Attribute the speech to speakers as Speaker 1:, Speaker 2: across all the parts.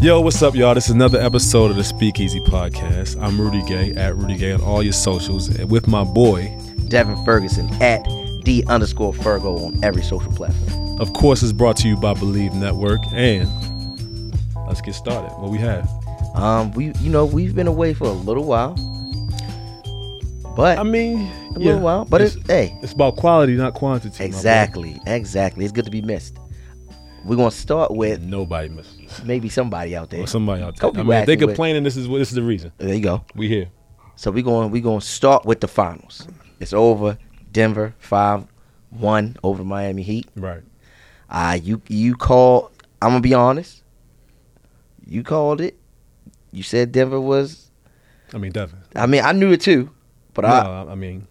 Speaker 1: Yo, what's up, y'all? This is another episode of the Speakeasy Podcast. I'm Rudy Gay at Rudy Gay on all your socials and with my boy.
Speaker 2: Devin Ferguson at D underscore Fergo on every social platform.
Speaker 1: Of course, it's brought to you by Believe Network. And let's get started. What we have?
Speaker 2: Um, we you know we've been away for a little while, but
Speaker 1: I mean,
Speaker 2: a little while. But it's, hey,
Speaker 1: it's about quality, not quantity. my boy.
Speaker 2: exactly, exactly. It's good to be missed. We're gonna start with
Speaker 1: Nobody misses.
Speaker 2: maybe somebody out there.
Speaker 1: Or somebody out there.
Speaker 2: Don't be
Speaker 1: I mean, if they
Speaker 2: whacking with-
Speaker 1: complaining. This is what this is the reason
Speaker 2: There you go.
Speaker 1: we here.
Speaker 2: So we going we going to start with the finals. It's over. Denver five one over Miami Heat.
Speaker 1: Right.
Speaker 2: Uh you you called. I'm gonna be honest. You called it. You said Denver was.
Speaker 1: I mean, Devin.
Speaker 2: I mean, I knew it too, but
Speaker 1: No,
Speaker 2: I
Speaker 1: I, I mean,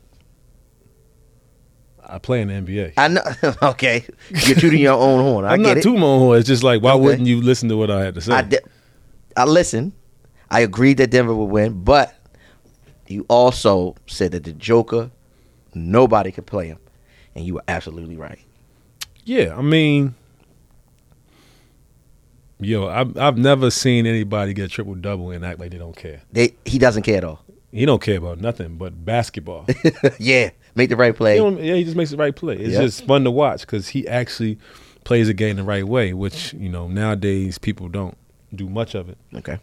Speaker 1: I play in the NBA.
Speaker 2: I know. okay, you're tooting your own horn. I
Speaker 1: am
Speaker 2: get
Speaker 1: not
Speaker 2: it.
Speaker 1: too moho. It's just like, why
Speaker 2: Okay.
Speaker 1: wouldn't you listen to what I had to say?
Speaker 2: I, de- I listen. I agreed that Denver would win, but you also said that the Joker, nobody could play him, and you were absolutely right.
Speaker 1: Yeah, I mean, yo, I've I've never seen anybody get triple double and act like they don't care.
Speaker 2: They, he doesn't care at all.
Speaker 1: He don't care about nothing but basketball. He
Speaker 2: yeah, make the right play.
Speaker 1: don't- yeah, he just makes the right play. It's
Speaker 2: Yeah.
Speaker 1: just fun to watch because he actually plays the game the right way, which you know nowadays people don't do much of it.
Speaker 2: Okay,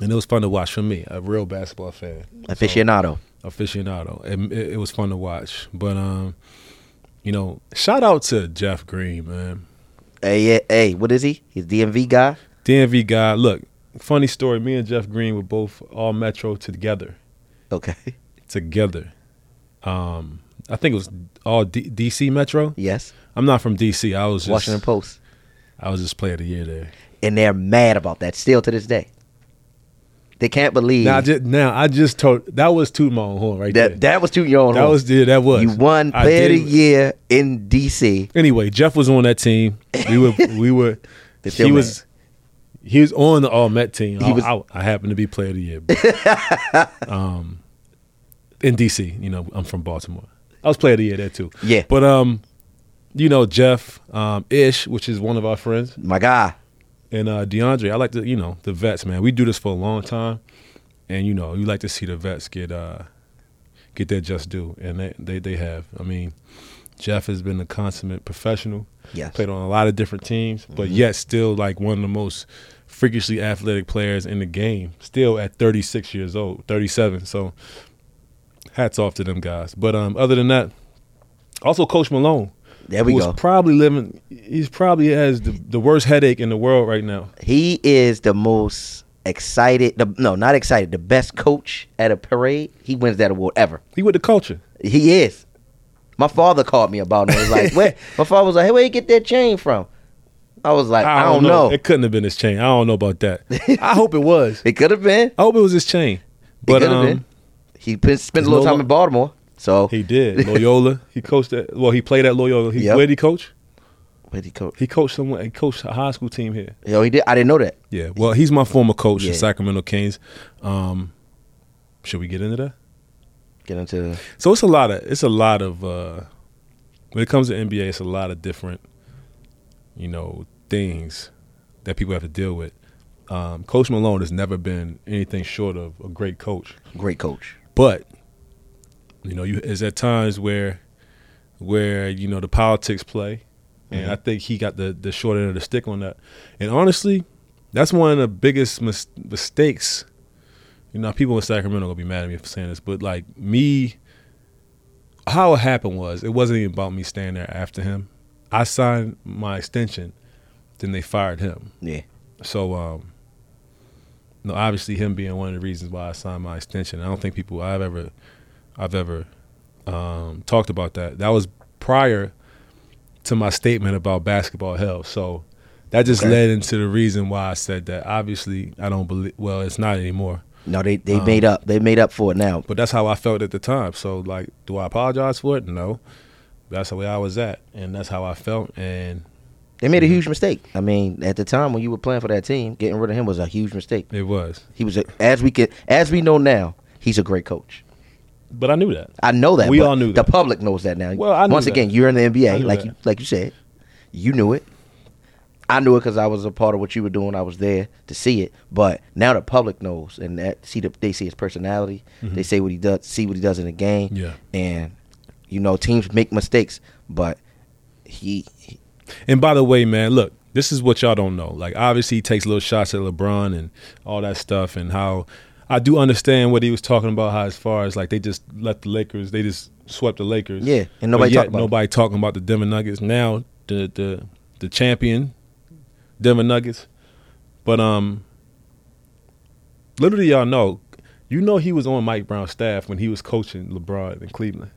Speaker 1: And it was fun to watch for me, a real basketball fan.
Speaker 2: aficionado.
Speaker 1: aficionado. It, it, it was fun to watch. But um, you know, shout out to Jeff Green, man.
Speaker 2: Hey, yeah, hey, what is he? He's DMV guy.
Speaker 1: DMV guy. Look, funny story. Me and Jeff Green were both all Metro together.
Speaker 2: Okay.
Speaker 1: Together. Um, I think it was all D- DC Metro.
Speaker 2: Yes.
Speaker 1: I'm not from DC. I was just,
Speaker 2: Washington Post,
Speaker 1: I was just player of the year there.
Speaker 2: and they're mad about that still to this day. They can't believe
Speaker 1: Now, I just, now I just told that was toot my own horn right
Speaker 2: that
Speaker 1: there.
Speaker 2: that was tooting your own
Speaker 1: That
Speaker 2: horn.
Speaker 1: was yeah, that was.
Speaker 2: You won
Speaker 1: I
Speaker 2: Player of the
Speaker 1: did-
Speaker 2: Year in DC.
Speaker 1: Anyway, Jeff was on that team. We were we were
Speaker 2: They're still
Speaker 1: he was he was on the All Met team.
Speaker 2: He
Speaker 1: I,
Speaker 2: was-
Speaker 1: I, I happened to be Player of the Year, but, um, in DC. You know, I'm from Baltimore. I was Player of the Year there too.
Speaker 2: Yeah.
Speaker 1: but um, you know Jeff um, Ish, which is one of our friends,
Speaker 2: My guy.
Speaker 1: and uh, DeAndre. I like to you know the vets, man. We do this for a long time, and you know you like to see the vets get uh get their just due, and they they, they have. I mean, Jeff has been a consummate professional
Speaker 2: Yes. Mm-hmm.
Speaker 1: played on a lot of different teams, but yet still like one of the most freakishly athletic players in the game, still at 36 years old, 37. So hats off to them guys. But um, other than that, also Coach Malone.
Speaker 2: There we
Speaker 1: who is
Speaker 2: go.
Speaker 1: probably living, he's probably has the, the worst headache in the world right now.
Speaker 2: He is the most excited. The, no, not excited. The best coach at a parade. He wins that award ever.
Speaker 1: He with the culture.
Speaker 2: He is. My father called me about it. He was like, "Where?" My father was like, "Hey, where you get that chain from?" I was like, "I, don't, know.
Speaker 1: It couldn't have been his chain. I don't know about that. I hope it was.
Speaker 2: It could have been.
Speaker 1: I hope it was his chain. But
Speaker 2: it could have
Speaker 1: um,
Speaker 2: been. He p- spent a
Speaker 1: no
Speaker 2: little time
Speaker 1: lo-
Speaker 2: in Baltimore, so
Speaker 1: he did. Loyola. He coached at, well, he played at Loyola. He,
Speaker 2: Yep.
Speaker 1: Where did he coach?
Speaker 2: Where'd he coach?
Speaker 1: He coached someone. He coached a high school team here.
Speaker 2: Yo, he did. I didn't know that.
Speaker 1: Yeah. Well, he's my former coach,
Speaker 2: Yeah.
Speaker 1: the Sacramento Kings. Um, should we get into that?
Speaker 2: Get into
Speaker 1: So it's a lot of it's a lot of uh, when it comes to NBA, it's a lot of different you know things that people have to deal with. Um, coach Malone has never been anything short of a great coach,
Speaker 2: great coach.
Speaker 1: but you know, you is at times where where you know the politics play, and I think he got the the short end of the stick on that. And honestly, that's one of the biggest mis- mistakes. You know, people in Sacramento gonna be mad at me for saying this, but like me, how it happened was it wasn't even about me staying there after him. I signed my extension, then they fired him.
Speaker 2: Yeah,
Speaker 1: So, um, no, obviously him being one of the reasons why I signed my extension. I don't think people I've ever, I've ever um, talked about that. That was prior to my statement about basketball hell. So that just
Speaker 2: Okay.
Speaker 1: led into the reason why I said that. Obviously, I don't believe. Well, it's not anymore.
Speaker 2: No, they
Speaker 1: Um,
Speaker 2: they made up. They made up for it now.
Speaker 1: But that's how I felt at the time. So like, do I apologize for it? No. That's the way I was at, and that's how I felt. And
Speaker 2: They made a huge mistake. I mean, at the time when you were playing for that team, getting rid of him was a huge mistake.
Speaker 1: it was.
Speaker 2: He was a, as we could as we know now, he's a great coach.
Speaker 1: But I knew that.
Speaker 2: I know that.
Speaker 1: We
Speaker 2: but
Speaker 1: all knew
Speaker 2: The
Speaker 1: that.
Speaker 2: public knows that now.
Speaker 1: Well, I knew
Speaker 2: once
Speaker 1: that.
Speaker 2: again, you're in the
Speaker 1: I
Speaker 2: NBA,
Speaker 1: knew
Speaker 2: like
Speaker 1: that.
Speaker 2: you, like you said, you knew it. I knew it because I was a part of what you were doing. I was there to see it. But now the public knows, and that see the, they see his personality. They see what he does, see what he does in the game.
Speaker 1: Mm-hmm. Yeah.
Speaker 2: and you know teams make mistakes, but he, he
Speaker 1: And by the way, man, look, this is what y'all don't know. Like, obviously, he takes little shots at LeBron and all that stuff, and how I do understand what he was talking about. How as far as like they just let the Lakers, they just swept the Lakers.
Speaker 2: Yeah, and nobody
Speaker 1: But yet
Speaker 2: talked about it.
Speaker 1: nobody talking about the Denver Nuggets now. The the the champion, Denver Nuggets. But um, literally, y'all know, you know, he was on Mike Brown's staff when he was coaching LeBron in Cleveland.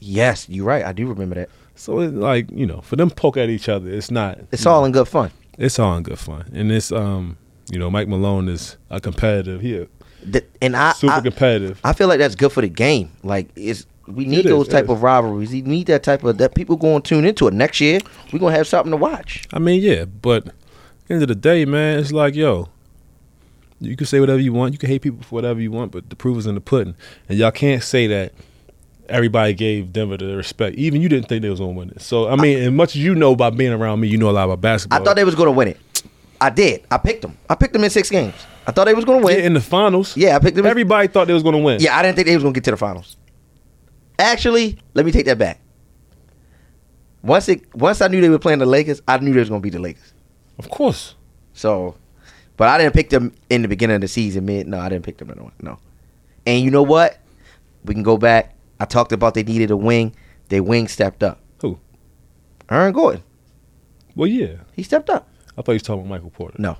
Speaker 2: yes, you're right. I do remember that.
Speaker 1: So it's like you know, for them poke at each other, it's not.
Speaker 2: It's
Speaker 1: you know,
Speaker 2: all in good fun.
Speaker 1: it's all in good fun, and it's um, you know, Mike Malone is a competitive. He a
Speaker 2: The- and I,
Speaker 1: super
Speaker 2: I-
Speaker 1: competitive.
Speaker 2: I feel like that's good for the game. Like it's we need
Speaker 1: is,
Speaker 2: those
Speaker 1: it
Speaker 2: type
Speaker 1: is.
Speaker 2: of rivalries. We need that type of that people going to tune into it next year. We're gonna have something to watch.
Speaker 1: I mean, yeah, but end of the day, man, it's like yo, you can say whatever you want, you can hate people for whatever you want, but the proof is in the pudding, and y'all can't say that. Everybody gave Denver the respect. Even you didn't think they was gonna win it. So I mean, as much as you know by being around me, you know a lot about basketball.
Speaker 2: I thought they was gonna win it. I did. I picked them. I picked them in six games. I thought they was gonna
Speaker 1: yeah,
Speaker 2: win.
Speaker 1: in the finals.
Speaker 2: Yeah, I picked them.
Speaker 1: Everybody thought they was gonna win.
Speaker 2: yeah, I didn't think they was gonna get to the finals. Actually, let me take that back. Once it once I knew they were playing the Lakers, I knew they was gonna be the Lakers.
Speaker 1: of course.
Speaker 2: So, but I didn't pick them in the beginning of the season. Mid, no, I didn't pick them at all. No, and you know what? We can go back. I talked about they needed a wing. Their wing stepped up.
Speaker 1: Who?
Speaker 2: Aaron Gordon.
Speaker 1: Well, yeah.
Speaker 2: He stepped up.
Speaker 1: I thought you was talking about Michael Porter.
Speaker 2: No,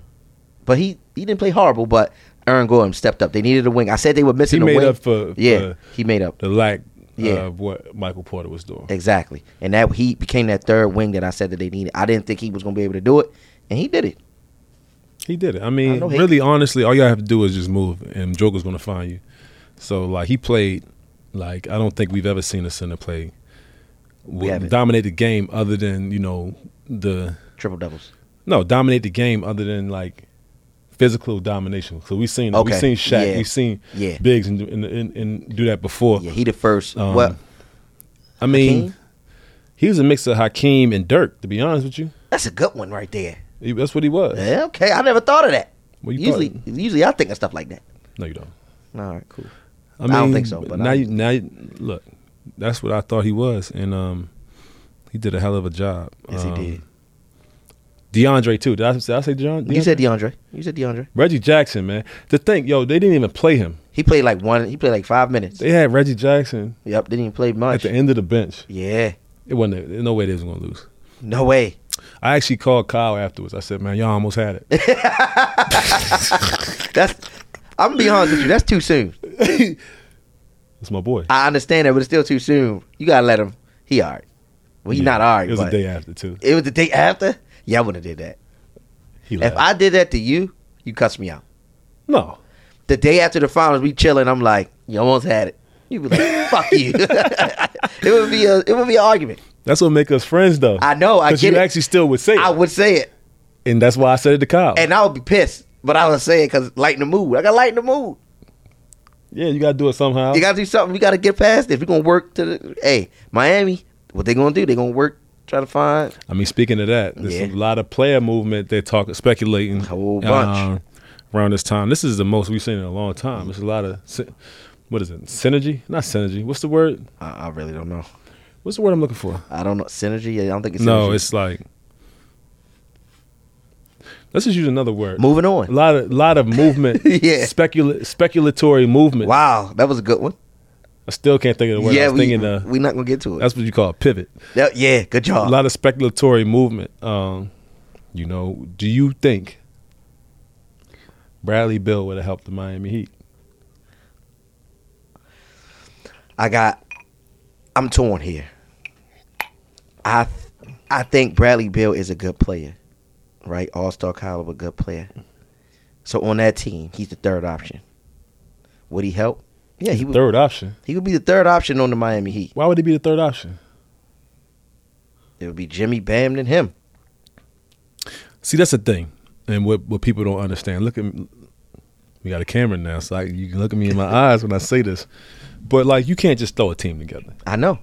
Speaker 2: but he he didn't play horrible. But Aaron Gordon stepped up. They needed a wing. I said they were missing
Speaker 1: He
Speaker 2: a
Speaker 1: made
Speaker 2: wing.
Speaker 1: up uh, for-
Speaker 2: yeah,
Speaker 1: for-
Speaker 2: he made up
Speaker 1: the lack
Speaker 2: Yeah.
Speaker 1: of what Michael Porter was doing.
Speaker 2: exactly, and that he became that third wing that I said that they needed. I didn't think he was going to be able to do it, and he did it.
Speaker 1: He did it. I mean,
Speaker 2: I know he-
Speaker 1: really, honestly, all you have to do is just move, and Joker's going to find you. So, like, he played, like, I don't think we've ever seen a center play w-
Speaker 2: haven't.
Speaker 1: dominate the game other than, you know, the,
Speaker 2: Triple doubles.
Speaker 1: no, dominate the game other than, like, physical domination. So, we've seen, it. we've
Speaker 2: Okay.
Speaker 1: seen Shaq,
Speaker 2: Yeah.
Speaker 1: we've seen
Speaker 2: Yeah.
Speaker 1: Biggs and, and, and, and do that before.
Speaker 2: Yeah, he the first.
Speaker 1: Um,
Speaker 2: well,
Speaker 1: I mean,
Speaker 2: Hakeem?
Speaker 1: he was a mix of Hakeem and Dirk, to be honest with you.
Speaker 2: that's a good one right there.
Speaker 1: He, that's what he was.
Speaker 2: Yeah, okay, I never thought of that.
Speaker 1: Well, you
Speaker 2: usually,
Speaker 1: thought-
Speaker 2: usually I think of stuff like that.
Speaker 1: No, you don't.
Speaker 2: All right, cool.
Speaker 1: I,
Speaker 2: don't think so, but
Speaker 1: now,
Speaker 2: I-
Speaker 1: you, now, you, look, that's what I thought he was, and um, he did a hell of a job.
Speaker 2: Yes,
Speaker 1: Um,
Speaker 2: he did.
Speaker 1: DeAndre too. Did I, did I say John?
Speaker 2: You said DeAndre. You said DeAndre.
Speaker 1: Reggie Jackson, man. To think, yo, they didn't even play him.
Speaker 2: He played like one. He played like five minutes.
Speaker 1: They had Reggie Jackson
Speaker 2: Yep, didn't even play
Speaker 1: at
Speaker 2: much.
Speaker 1: the end of the bench.
Speaker 2: Yeah,
Speaker 1: It wasn't. No way they was gonna lose.
Speaker 2: no way.
Speaker 1: I actually called Kyle afterwards. I said, man, y'all almost had it.
Speaker 2: That's. I'm gonna be honest with you. That's too soon.
Speaker 1: It's my boy.
Speaker 2: I understand that, but it's still too soon. You gotta let him. He all right. Well, he
Speaker 1: Yeah,
Speaker 2: not all right.
Speaker 1: It was
Speaker 2: but
Speaker 1: the day after too.
Speaker 2: It was the day after. Yeah, I wouldn't have did that.
Speaker 1: He
Speaker 2: If
Speaker 1: left.
Speaker 2: I did that to you, you cuss me out.
Speaker 1: no,
Speaker 2: The day after the finals, we chilling. I'm like, you almost had it. You be like, fuck you. it would be a. It would be an argument.
Speaker 1: that's what make us friends though.
Speaker 2: I know, I
Speaker 1: 'Cause
Speaker 2: get
Speaker 1: you
Speaker 2: it.
Speaker 1: actually still would say,
Speaker 2: I
Speaker 1: it.
Speaker 2: would say it.
Speaker 1: and that's why I said it to Kyle.
Speaker 2: and I would be pissed. But I was saying because lighten the mood. I got to lighten the mood.
Speaker 1: yeah, you gotta do it somehow.
Speaker 2: You got to do something. We got to get past this. We're gonna work to the hey Miami. What they gonna do? They gonna work try to find
Speaker 1: I mean, speaking of that, there's
Speaker 2: Yeah.
Speaker 1: a lot of player movement. They're talking, speculating,
Speaker 2: Whole bunch.
Speaker 1: um, around this time. This is the most we've seen in a long time. There's a lot of sy- what is it? Synergy? Not synergy. What's the word?
Speaker 2: I, I really don't know.
Speaker 1: What's the word I'm looking for?
Speaker 2: I don't know synergy. I don't think it's
Speaker 1: No,
Speaker 2: synergy.
Speaker 1: it's like let's just use another word.
Speaker 2: moving
Speaker 1: A
Speaker 2: on.
Speaker 1: lot of lot of movement.
Speaker 2: Yeah.
Speaker 1: Specula- speculatory movement.
Speaker 2: Wow, that was a good one.
Speaker 1: I still can't think of the word. I
Speaker 2: yeah,
Speaker 1: was
Speaker 2: we
Speaker 1: thinking uh,
Speaker 2: we not gonna get to it.
Speaker 1: that's what you call a pivot.
Speaker 2: That- yeah, good
Speaker 1: a
Speaker 2: job.
Speaker 1: lot of speculatory movement. Um, you know, do you think Bradley Bill would have helped the Miami Heat?
Speaker 2: I got. I'm torn here. I I think Bradley Bill is a good player, right? All Star caliber, good player. So on that team, he's the third option. Would he help? Yeah, he would.
Speaker 1: Third option.
Speaker 2: He would be the third option on the Miami Heat.
Speaker 1: Why would he be the third option?
Speaker 2: It would be Jimmy Bam than him.
Speaker 1: See, that's the thing, and what what people don't understand. Look at we got a camera now, so I, you can look at me in my eyes when I say this. But like, you can't just throw a team together.
Speaker 2: I know.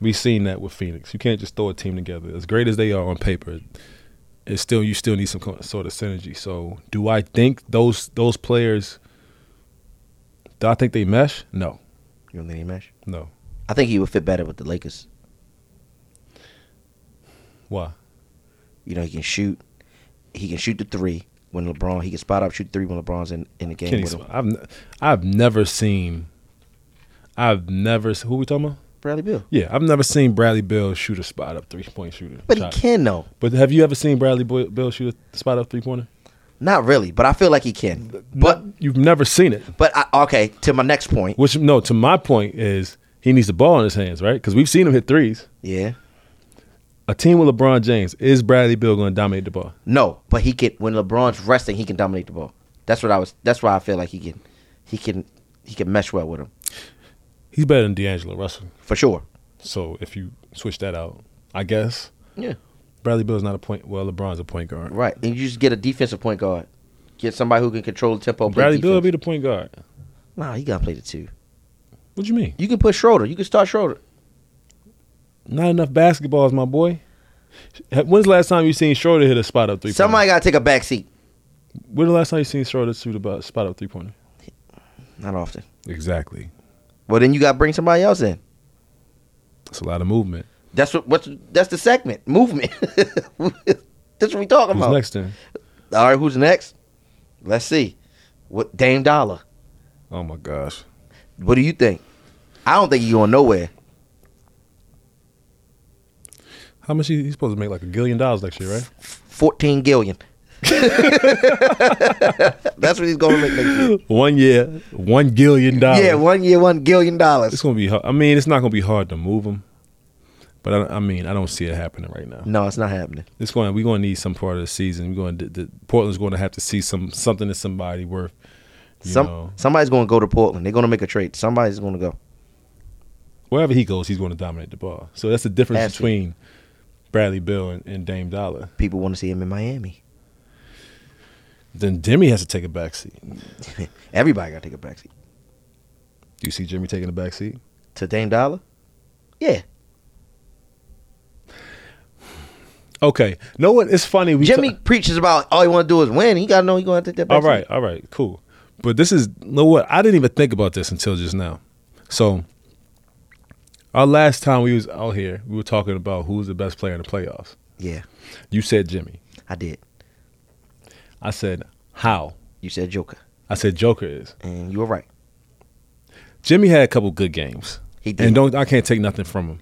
Speaker 1: We've seen that with Phoenix. You can't just throw a team together. As great as they are on paper, it's still you still need some co- sort of synergy. So, do I think those those players? Do I think they mesh? No,
Speaker 2: You don't think he mesh?
Speaker 1: no.
Speaker 2: I think he would fit better with the Lakers.
Speaker 1: Why?
Speaker 2: You know, he can shoot. He can shoot the three when LeBron. He can spot up, shoot three when LeBron's in, in the game
Speaker 1: Kenny
Speaker 2: with him.
Speaker 1: Smith. I've n- I've never seen. I've never. se- Who we talking about?
Speaker 2: Bradley Bill.
Speaker 1: Yeah, I've never seen Bradley Bill shoot a spot up three point shooter.
Speaker 2: But
Speaker 1: shot.
Speaker 2: he can though.
Speaker 1: But have you ever seen Bradley Boy- Bill shoot a spot up three pointer?
Speaker 2: Not really, but I feel like he can. But
Speaker 1: you've never seen it.
Speaker 2: but I, okay. To my next point.
Speaker 1: Which no, to my point is he needs the ball in his hands, right? Because we've seen him hit threes.
Speaker 2: Yeah.
Speaker 1: A team with LeBron James is Bradley Bill going to dominate the ball?
Speaker 2: No, but he can. When LeBron's resting, he can dominate the ball. That's what I was. That's why I feel like he can. He can. He can mesh well with him
Speaker 1: He's better than D'Angelo Russell.
Speaker 2: for sure.
Speaker 1: So if you switch that out, I guess
Speaker 2: Yeah.
Speaker 1: Bradley Bill's not a point. Well, LeBron's a point guard.
Speaker 2: Right. And you just get a defensive point guard. Get somebody who can control the tempo. Play
Speaker 1: Bradley Bill will be
Speaker 2: defense.
Speaker 1: the point guard.
Speaker 2: Nah, he gotta play the two.
Speaker 1: What do you mean?
Speaker 2: You can put Schroeder. You can start Schroeder.
Speaker 1: Not enough basketballs, my boy. When's the last time you seen Schroeder hit a spot up three?
Speaker 2: Somebody gotta take a back seat.
Speaker 1: When's the last time you seen Schroeder shoot a bu- spot up three pointer?
Speaker 2: Not often.
Speaker 1: Exactly.
Speaker 2: Well, then you gotta bring somebody else in.
Speaker 1: It's a lot of movement.
Speaker 2: That's what. What's that's the segment movement. that's what we talking
Speaker 1: Who's
Speaker 2: about.
Speaker 1: next then?
Speaker 2: All right, who's next? Let's see. What Dame Dollar?
Speaker 1: Oh my gosh.
Speaker 2: What do you think? I don't think he's going nowhere.
Speaker 1: How much he, he's supposed to make? Like a billion dollars next year, right?
Speaker 2: Fourteen gillion. That's what he's going to make next year.
Speaker 1: One year, one billion dollars.
Speaker 2: Yeah, one year, one gillion
Speaker 1: It's
Speaker 2: dollars.
Speaker 1: gonna be. hard. I mean, it's not gonna be hard to move him, but I, I mean, I don't see it happening right now.
Speaker 2: No, it's not happening.
Speaker 1: It's going. We're gonna need some part of the season. We're going. to the, Portland's going to have to see some something to somebody worth. You
Speaker 2: Some
Speaker 1: know,
Speaker 2: somebody's going to go to Portland. They're going to make a trade. Somebody's going to go.
Speaker 1: wherever he goes, he's going to dominate the ball. So that's the difference
Speaker 2: Absolutely.
Speaker 1: between Bradley Bill and, and Dame Dollar.
Speaker 2: People want to see him in Miami.
Speaker 1: Then Jimmy has to take a backseat. Do
Speaker 2: Everybody got to take a backseat
Speaker 1: you see Jimmy taking a backseat?
Speaker 2: to Dame Dollar. Yeah,
Speaker 1: Okay. No one. It's funny. We
Speaker 2: Jimmy preaches about all he want to do is win. He got to know he going to take that. Backseat.
Speaker 1: all right. All right. Cool. But this is you know what I didn't even think about this until just now. So our last time we was out here, we were talking about who's the best player in the playoffs.
Speaker 2: Yeah,
Speaker 1: You said Jimmy.
Speaker 2: I did.
Speaker 1: I said how.
Speaker 2: You said Joker,
Speaker 1: I said Joker is.
Speaker 2: and you were right.
Speaker 1: Jimmy had a couple good games.
Speaker 2: He did.
Speaker 1: And don't I can't take nothing from him.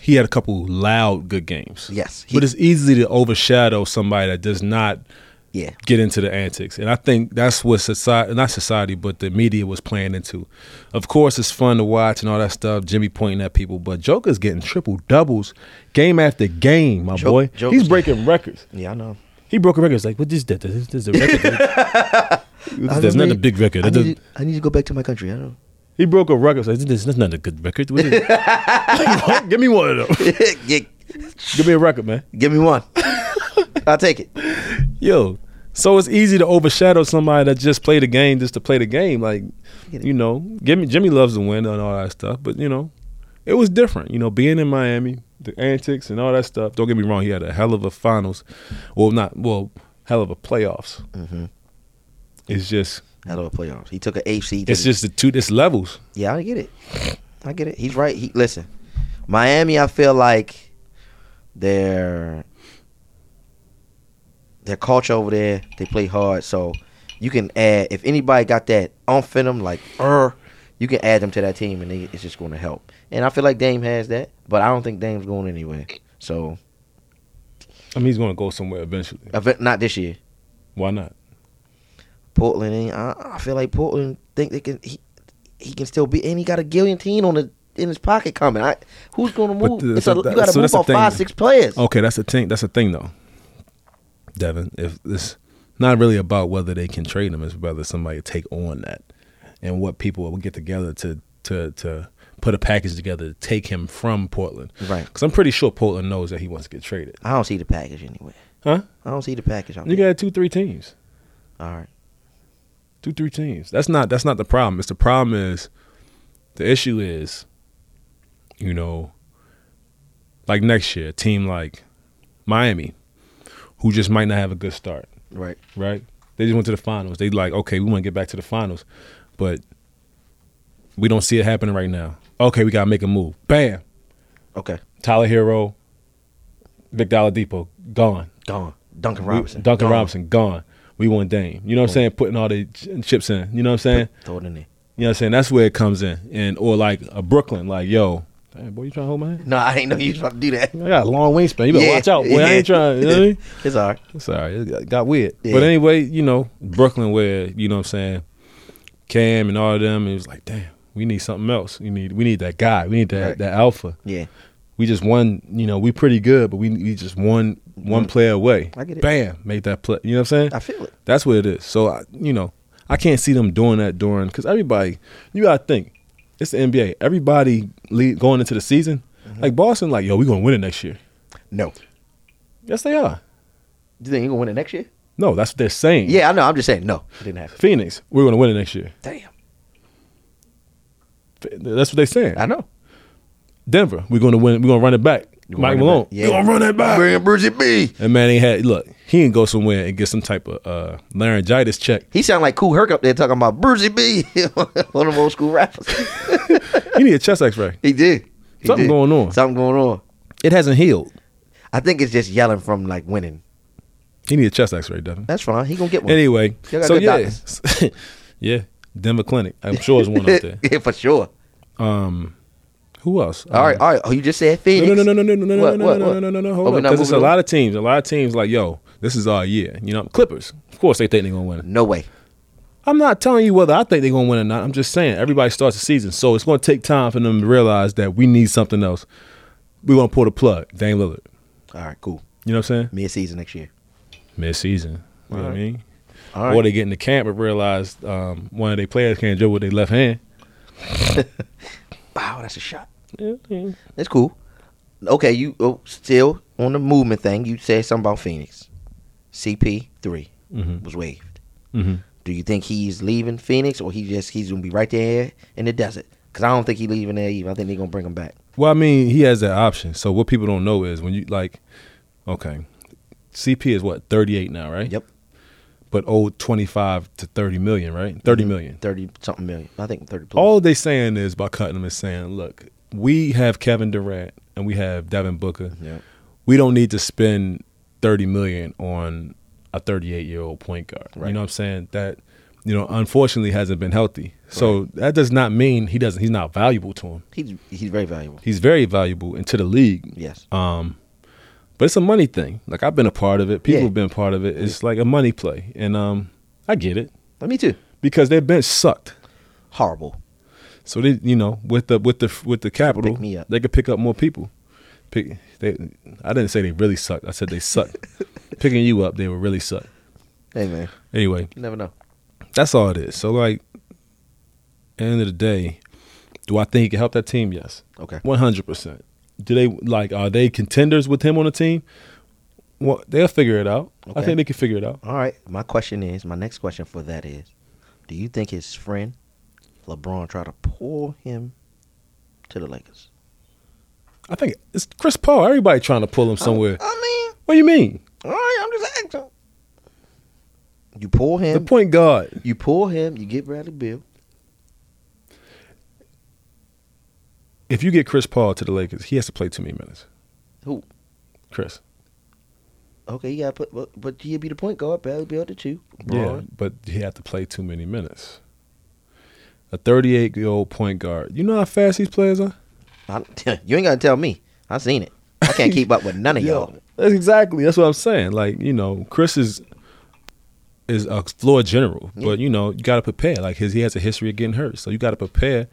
Speaker 1: He had a couple loud good games.
Speaker 2: Yes,
Speaker 1: but
Speaker 2: he-
Speaker 1: it's easy to overshadow somebody that does not
Speaker 2: Yeah,
Speaker 1: get into the antics. And I think that's what society, not society, but the media was playing into. Of course, it's fun to watch and all that stuff, Jimmy pointing at people, but Joker's getting triple doubles game after game, my
Speaker 2: Jo-
Speaker 1: boy.
Speaker 2: Joker's-
Speaker 1: He's breaking records.
Speaker 2: yeah, I know.
Speaker 1: He broke a record. It's like, what is that? This this is a record.
Speaker 2: I
Speaker 1: There's
Speaker 2: don't
Speaker 1: not a
Speaker 2: need-
Speaker 1: big record.
Speaker 2: I
Speaker 1: That
Speaker 2: need,
Speaker 1: doesn't-
Speaker 2: to, I need to go back to my country. I don't.
Speaker 1: He broke a record. It's like, this is not a good record. What is it? Give me one of them.
Speaker 2: Gi-
Speaker 1: Give me a record, man.
Speaker 2: give me one. I'll take it.
Speaker 1: Yo, so it's easy to overshadow somebody that just played a game just to play the game. Like,
Speaker 2: Get it.
Speaker 1: you know, Jimmy, Jimmy loves to win and all that stuff, but you know, it was different. You know, being in Miami, the antics and all that stuff. Don't get me wrong, he had a hell of a finals. Well, not well, hell of a playoffs.
Speaker 2: Mm-hmm.
Speaker 1: It's just,
Speaker 2: Hello, playoffs. He took an AC.
Speaker 1: it's just the two. It's levels.
Speaker 2: yeah. I get it. I get it. He's right. He listen. Miami. I feel like their their culture over there. They play hard, so you can add if anybody got that umph in them, like er, you can add them to that team, and they, it's just going to help. And I feel like Dame has that, but I don't think Dame's going anywhere. So
Speaker 1: I mean, he's going to go somewhere eventually.
Speaker 2: event- not this year.
Speaker 1: Why not?
Speaker 2: Portland ain't. I, I feel like Portland think they can. He, he can still be, and he got a guillotine on the in his pocket coming. I, who's going to
Speaker 1: But
Speaker 2: move?
Speaker 1: th-
Speaker 2: It's a,
Speaker 1: th-
Speaker 2: you got to
Speaker 1: so
Speaker 2: move
Speaker 1: that's the
Speaker 2: off five,
Speaker 1: thing. Oh.
Speaker 2: six players.
Speaker 1: Okay, that's the thing. That's the thing, though. Devin, if it's not really about whether they can trade him, it's whether somebody take on that. and what people will get together to to to put a package together to take him from Portland.
Speaker 2: Right.
Speaker 1: Because I'm pretty sure Portland knows that he wants to get traded.
Speaker 2: I don't see the package anywhere.
Speaker 1: Huh?
Speaker 2: I don't see the package. out
Speaker 1: You
Speaker 2: there.
Speaker 1: got two, three teams.
Speaker 2: All right.
Speaker 1: Two, three teams. That's not that's not the problem. It's the problem is the issue is, you know, like next year, a team like Miami, who just might not have a good start.
Speaker 2: Right.
Speaker 1: right? They just went to the finals. They like, okay, we want to get back to the finals, but we don't see it happening right now. Okay, we gotta make a move. Bam,
Speaker 2: Okay.
Speaker 1: Tyler Hero, Vic Depot gone.
Speaker 2: Gone. Duncan
Speaker 1: We-
Speaker 2: Robinson.
Speaker 1: Duncan
Speaker 2: Gone.
Speaker 1: Robinson gone. We want Dame. You know what I'm saying? Putting all the ch- chips in. You know what I'm saying?
Speaker 2: Throw it in there.
Speaker 1: You know what I'm saying? That's where it comes in. And or like a Brooklyn, like yo, damn boy, you trying to hold my hand?
Speaker 2: No, I ain't know you was about to do that.
Speaker 1: I got a long wingspan. You better
Speaker 2: Yeah.
Speaker 1: watch out, boy. I ain't trying. You know what I mean?
Speaker 2: It's all right.
Speaker 1: Sorry, it got- got weird.
Speaker 2: Yeah.
Speaker 1: But anyway, you know, Brooklyn where, you know what I'm saying, Cam and all of them, it was like, damn, we need something else. We need we need that guy. We need that
Speaker 2: Right.
Speaker 1: that alpha.
Speaker 2: Yeah.
Speaker 1: We just won, you know, we pretty good, but we we just one one player away.
Speaker 2: Mm. I get it.
Speaker 1: Bam, make that play. You know what I'm saying?
Speaker 2: I feel it.
Speaker 1: That's what it is. So, I, you know, I can't see them doing that during because everybody, you gotta think, it's the NBA. Everybody lead, going into the season, like Boston, like yo, we gonna win it next year.
Speaker 2: No.
Speaker 1: Yes, they are.
Speaker 2: Do you think you're gonna win it next year?
Speaker 1: No, that's what they're saying.
Speaker 2: Yeah, I know. I'm just saying no. It didn't happen.
Speaker 1: Phoenix, we're going to win it next year.
Speaker 2: Damn.
Speaker 1: F- That's what they're saying.
Speaker 2: I know.
Speaker 1: Denver, we're going to win. We're going to run it back.
Speaker 2: gonna
Speaker 1: Mike
Speaker 2: run it
Speaker 1: Malone,
Speaker 2: back. Yeah.
Speaker 1: we're going to run it back.
Speaker 2: Bring Brucey B.
Speaker 1: And man, he had look. He can go somewhere and get some type of uh, laryngitis check.
Speaker 2: He sound like Cool Herc up there talking about Brucey B. One of them old school rappers.
Speaker 1: He need a chest X-ray.
Speaker 2: he did. He
Speaker 1: Something
Speaker 2: did.
Speaker 1: going on.
Speaker 2: Something going on.
Speaker 1: It hasn't healed.
Speaker 2: I think it's just yelling from like winning.
Speaker 1: He need a chest X-ray, Devin.
Speaker 2: That's fine. He gonna get one.
Speaker 1: Anyway,
Speaker 2: Y'all got
Speaker 1: so
Speaker 2: good
Speaker 1: yeah, yeah, Denver Clinic. I'm sure there's one out there.
Speaker 2: yeah, for sure.
Speaker 1: Um, who else? Um,
Speaker 2: All right, all right. Oh, you just said Phoenix.
Speaker 1: No, no, no, no, no, no, no,
Speaker 2: What,
Speaker 1: no,
Speaker 2: what,
Speaker 1: no,
Speaker 2: what?
Speaker 1: no, no, no, no.
Speaker 2: Oh,
Speaker 1: Hold
Speaker 2: we
Speaker 1: on,
Speaker 2: not
Speaker 1: because it's a
Speaker 2: moving
Speaker 1: lot of teams. A lot of teams like, yo, this is our year. You know, Clippers. Of course, they think they're gonna win. it.
Speaker 2: No way.
Speaker 1: I'm not telling you whether I think they're gonna win or not. I'm just saying everybody starts the season, so it's gonna take time for them to realize that we need something else. We're gonna pull the plug, Dame Lillard.
Speaker 2: All right, cool.
Speaker 1: You know what I'm saying?
Speaker 2: Mid season next year.
Speaker 1: Mid season. You know what I mean?
Speaker 2: All right.
Speaker 1: Or they get into camp and realize um, one of their players can't dribble with their left hand.
Speaker 2: Wow, that's a shot.
Speaker 1: Yeah, yeah.
Speaker 2: That's cool. Okay, you oh, still on the movement thing? You said something about Phoenix. CP 3
Speaker 1: Mm-hmm.
Speaker 2: was waived.
Speaker 1: Mhm.
Speaker 2: Do you think he's leaving Phoenix, or he just he's gonna be right there in the desert? Because I don't think he's leaving there either. I think they're gonna bring him back.
Speaker 1: Well, I mean, he has that option. So what people don't know is when you like, okay, CP is what 38 now, right?
Speaker 2: Yep,
Speaker 1: But owed 25 to 30 million, right?
Speaker 2: Mm-hmm.
Speaker 1: 30 million.
Speaker 2: thirty something million. I think thirty plus.
Speaker 1: All they saying is by cutting him is saying, look, we have Kevin Durant and we have Devin Booker.
Speaker 2: Yeah.
Speaker 1: We don't need to spend 30 million on a 38 year old point guard.
Speaker 2: Right.
Speaker 1: You know what I'm saying? That you know, unfortunately, hasn't been healthy. So that does not mean he doesn't. He's not valuable to him.
Speaker 2: He's he's very valuable.
Speaker 1: He's very valuable into the league.
Speaker 2: Yes.
Speaker 1: Um, but it's a money thing. Like I've been a part of it. People
Speaker 2: Yeah.
Speaker 1: have been a part of it. It's like a money play, and um, I get it
Speaker 2: Me too.
Speaker 1: because their bench sucked.
Speaker 2: Horrible.
Speaker 1: So they, you know, with the with the with the capital,
Speaker 2: me up.
Speaker 1: they could pick up more people. Pick, they, I didn't say they really sucked. I said they sucked. Picking you up, they would really suck.
Speaker 2: Hey man,
Speaker 1: Anyway,
Speaker 2: you never know.
Speaker 1: that's all it is. So like, end of the day, do I think he can help that team? Yes.
Speaker 2: Okay.
Speaker 1: One hundred percent. Do they like? Are they contenders with him on the team? Well, they'll figure it out. I
Speaker 2: Okay.
Speaker 1: think they can figure it out.
Speaker 2: All right. My question is, my next question for that is, do you think his friend LeBron tried to pull him to the Lakers?
Speaker 1: I think it's Chris Paul. Everybody trying to pull him somewhere.
Speaker 2: I
Speaker 1: What do you mean?
Speaker 2: mean, all right. I'm just asking. You pull
Speaker 1: The
Speaker 2: him.
Speaker 1: point guard.
Speaker 2: you pull him. You get Bradley Bill.
Speaker 1: If you get Chris Paul to the Lakers, he has to play too many minutes.
Speaker 2: Who?
Speaker 1: Chris.
Speaker 2: Okay, you gotta put, but, but he'll be the point guard. Bradley Bill the two.
Speaker 1: Yeah,
Speaker 2: LeBron.
Speaker 1: but he had to play too many minutes. A 38 year old point guard. You know how fast these players are?
Speaker 2: I, you ain't gotta tell me. I seen it. I can't keep up with none of
Speaker 1: Yeah,
Speaker 2: y'all.
Speaker 1: That's exactly. That's what I'm saying. Like you know, Chris is is a floor general, but you know you got to prepare. Like his he has a history of getting hurt, so you got to prepare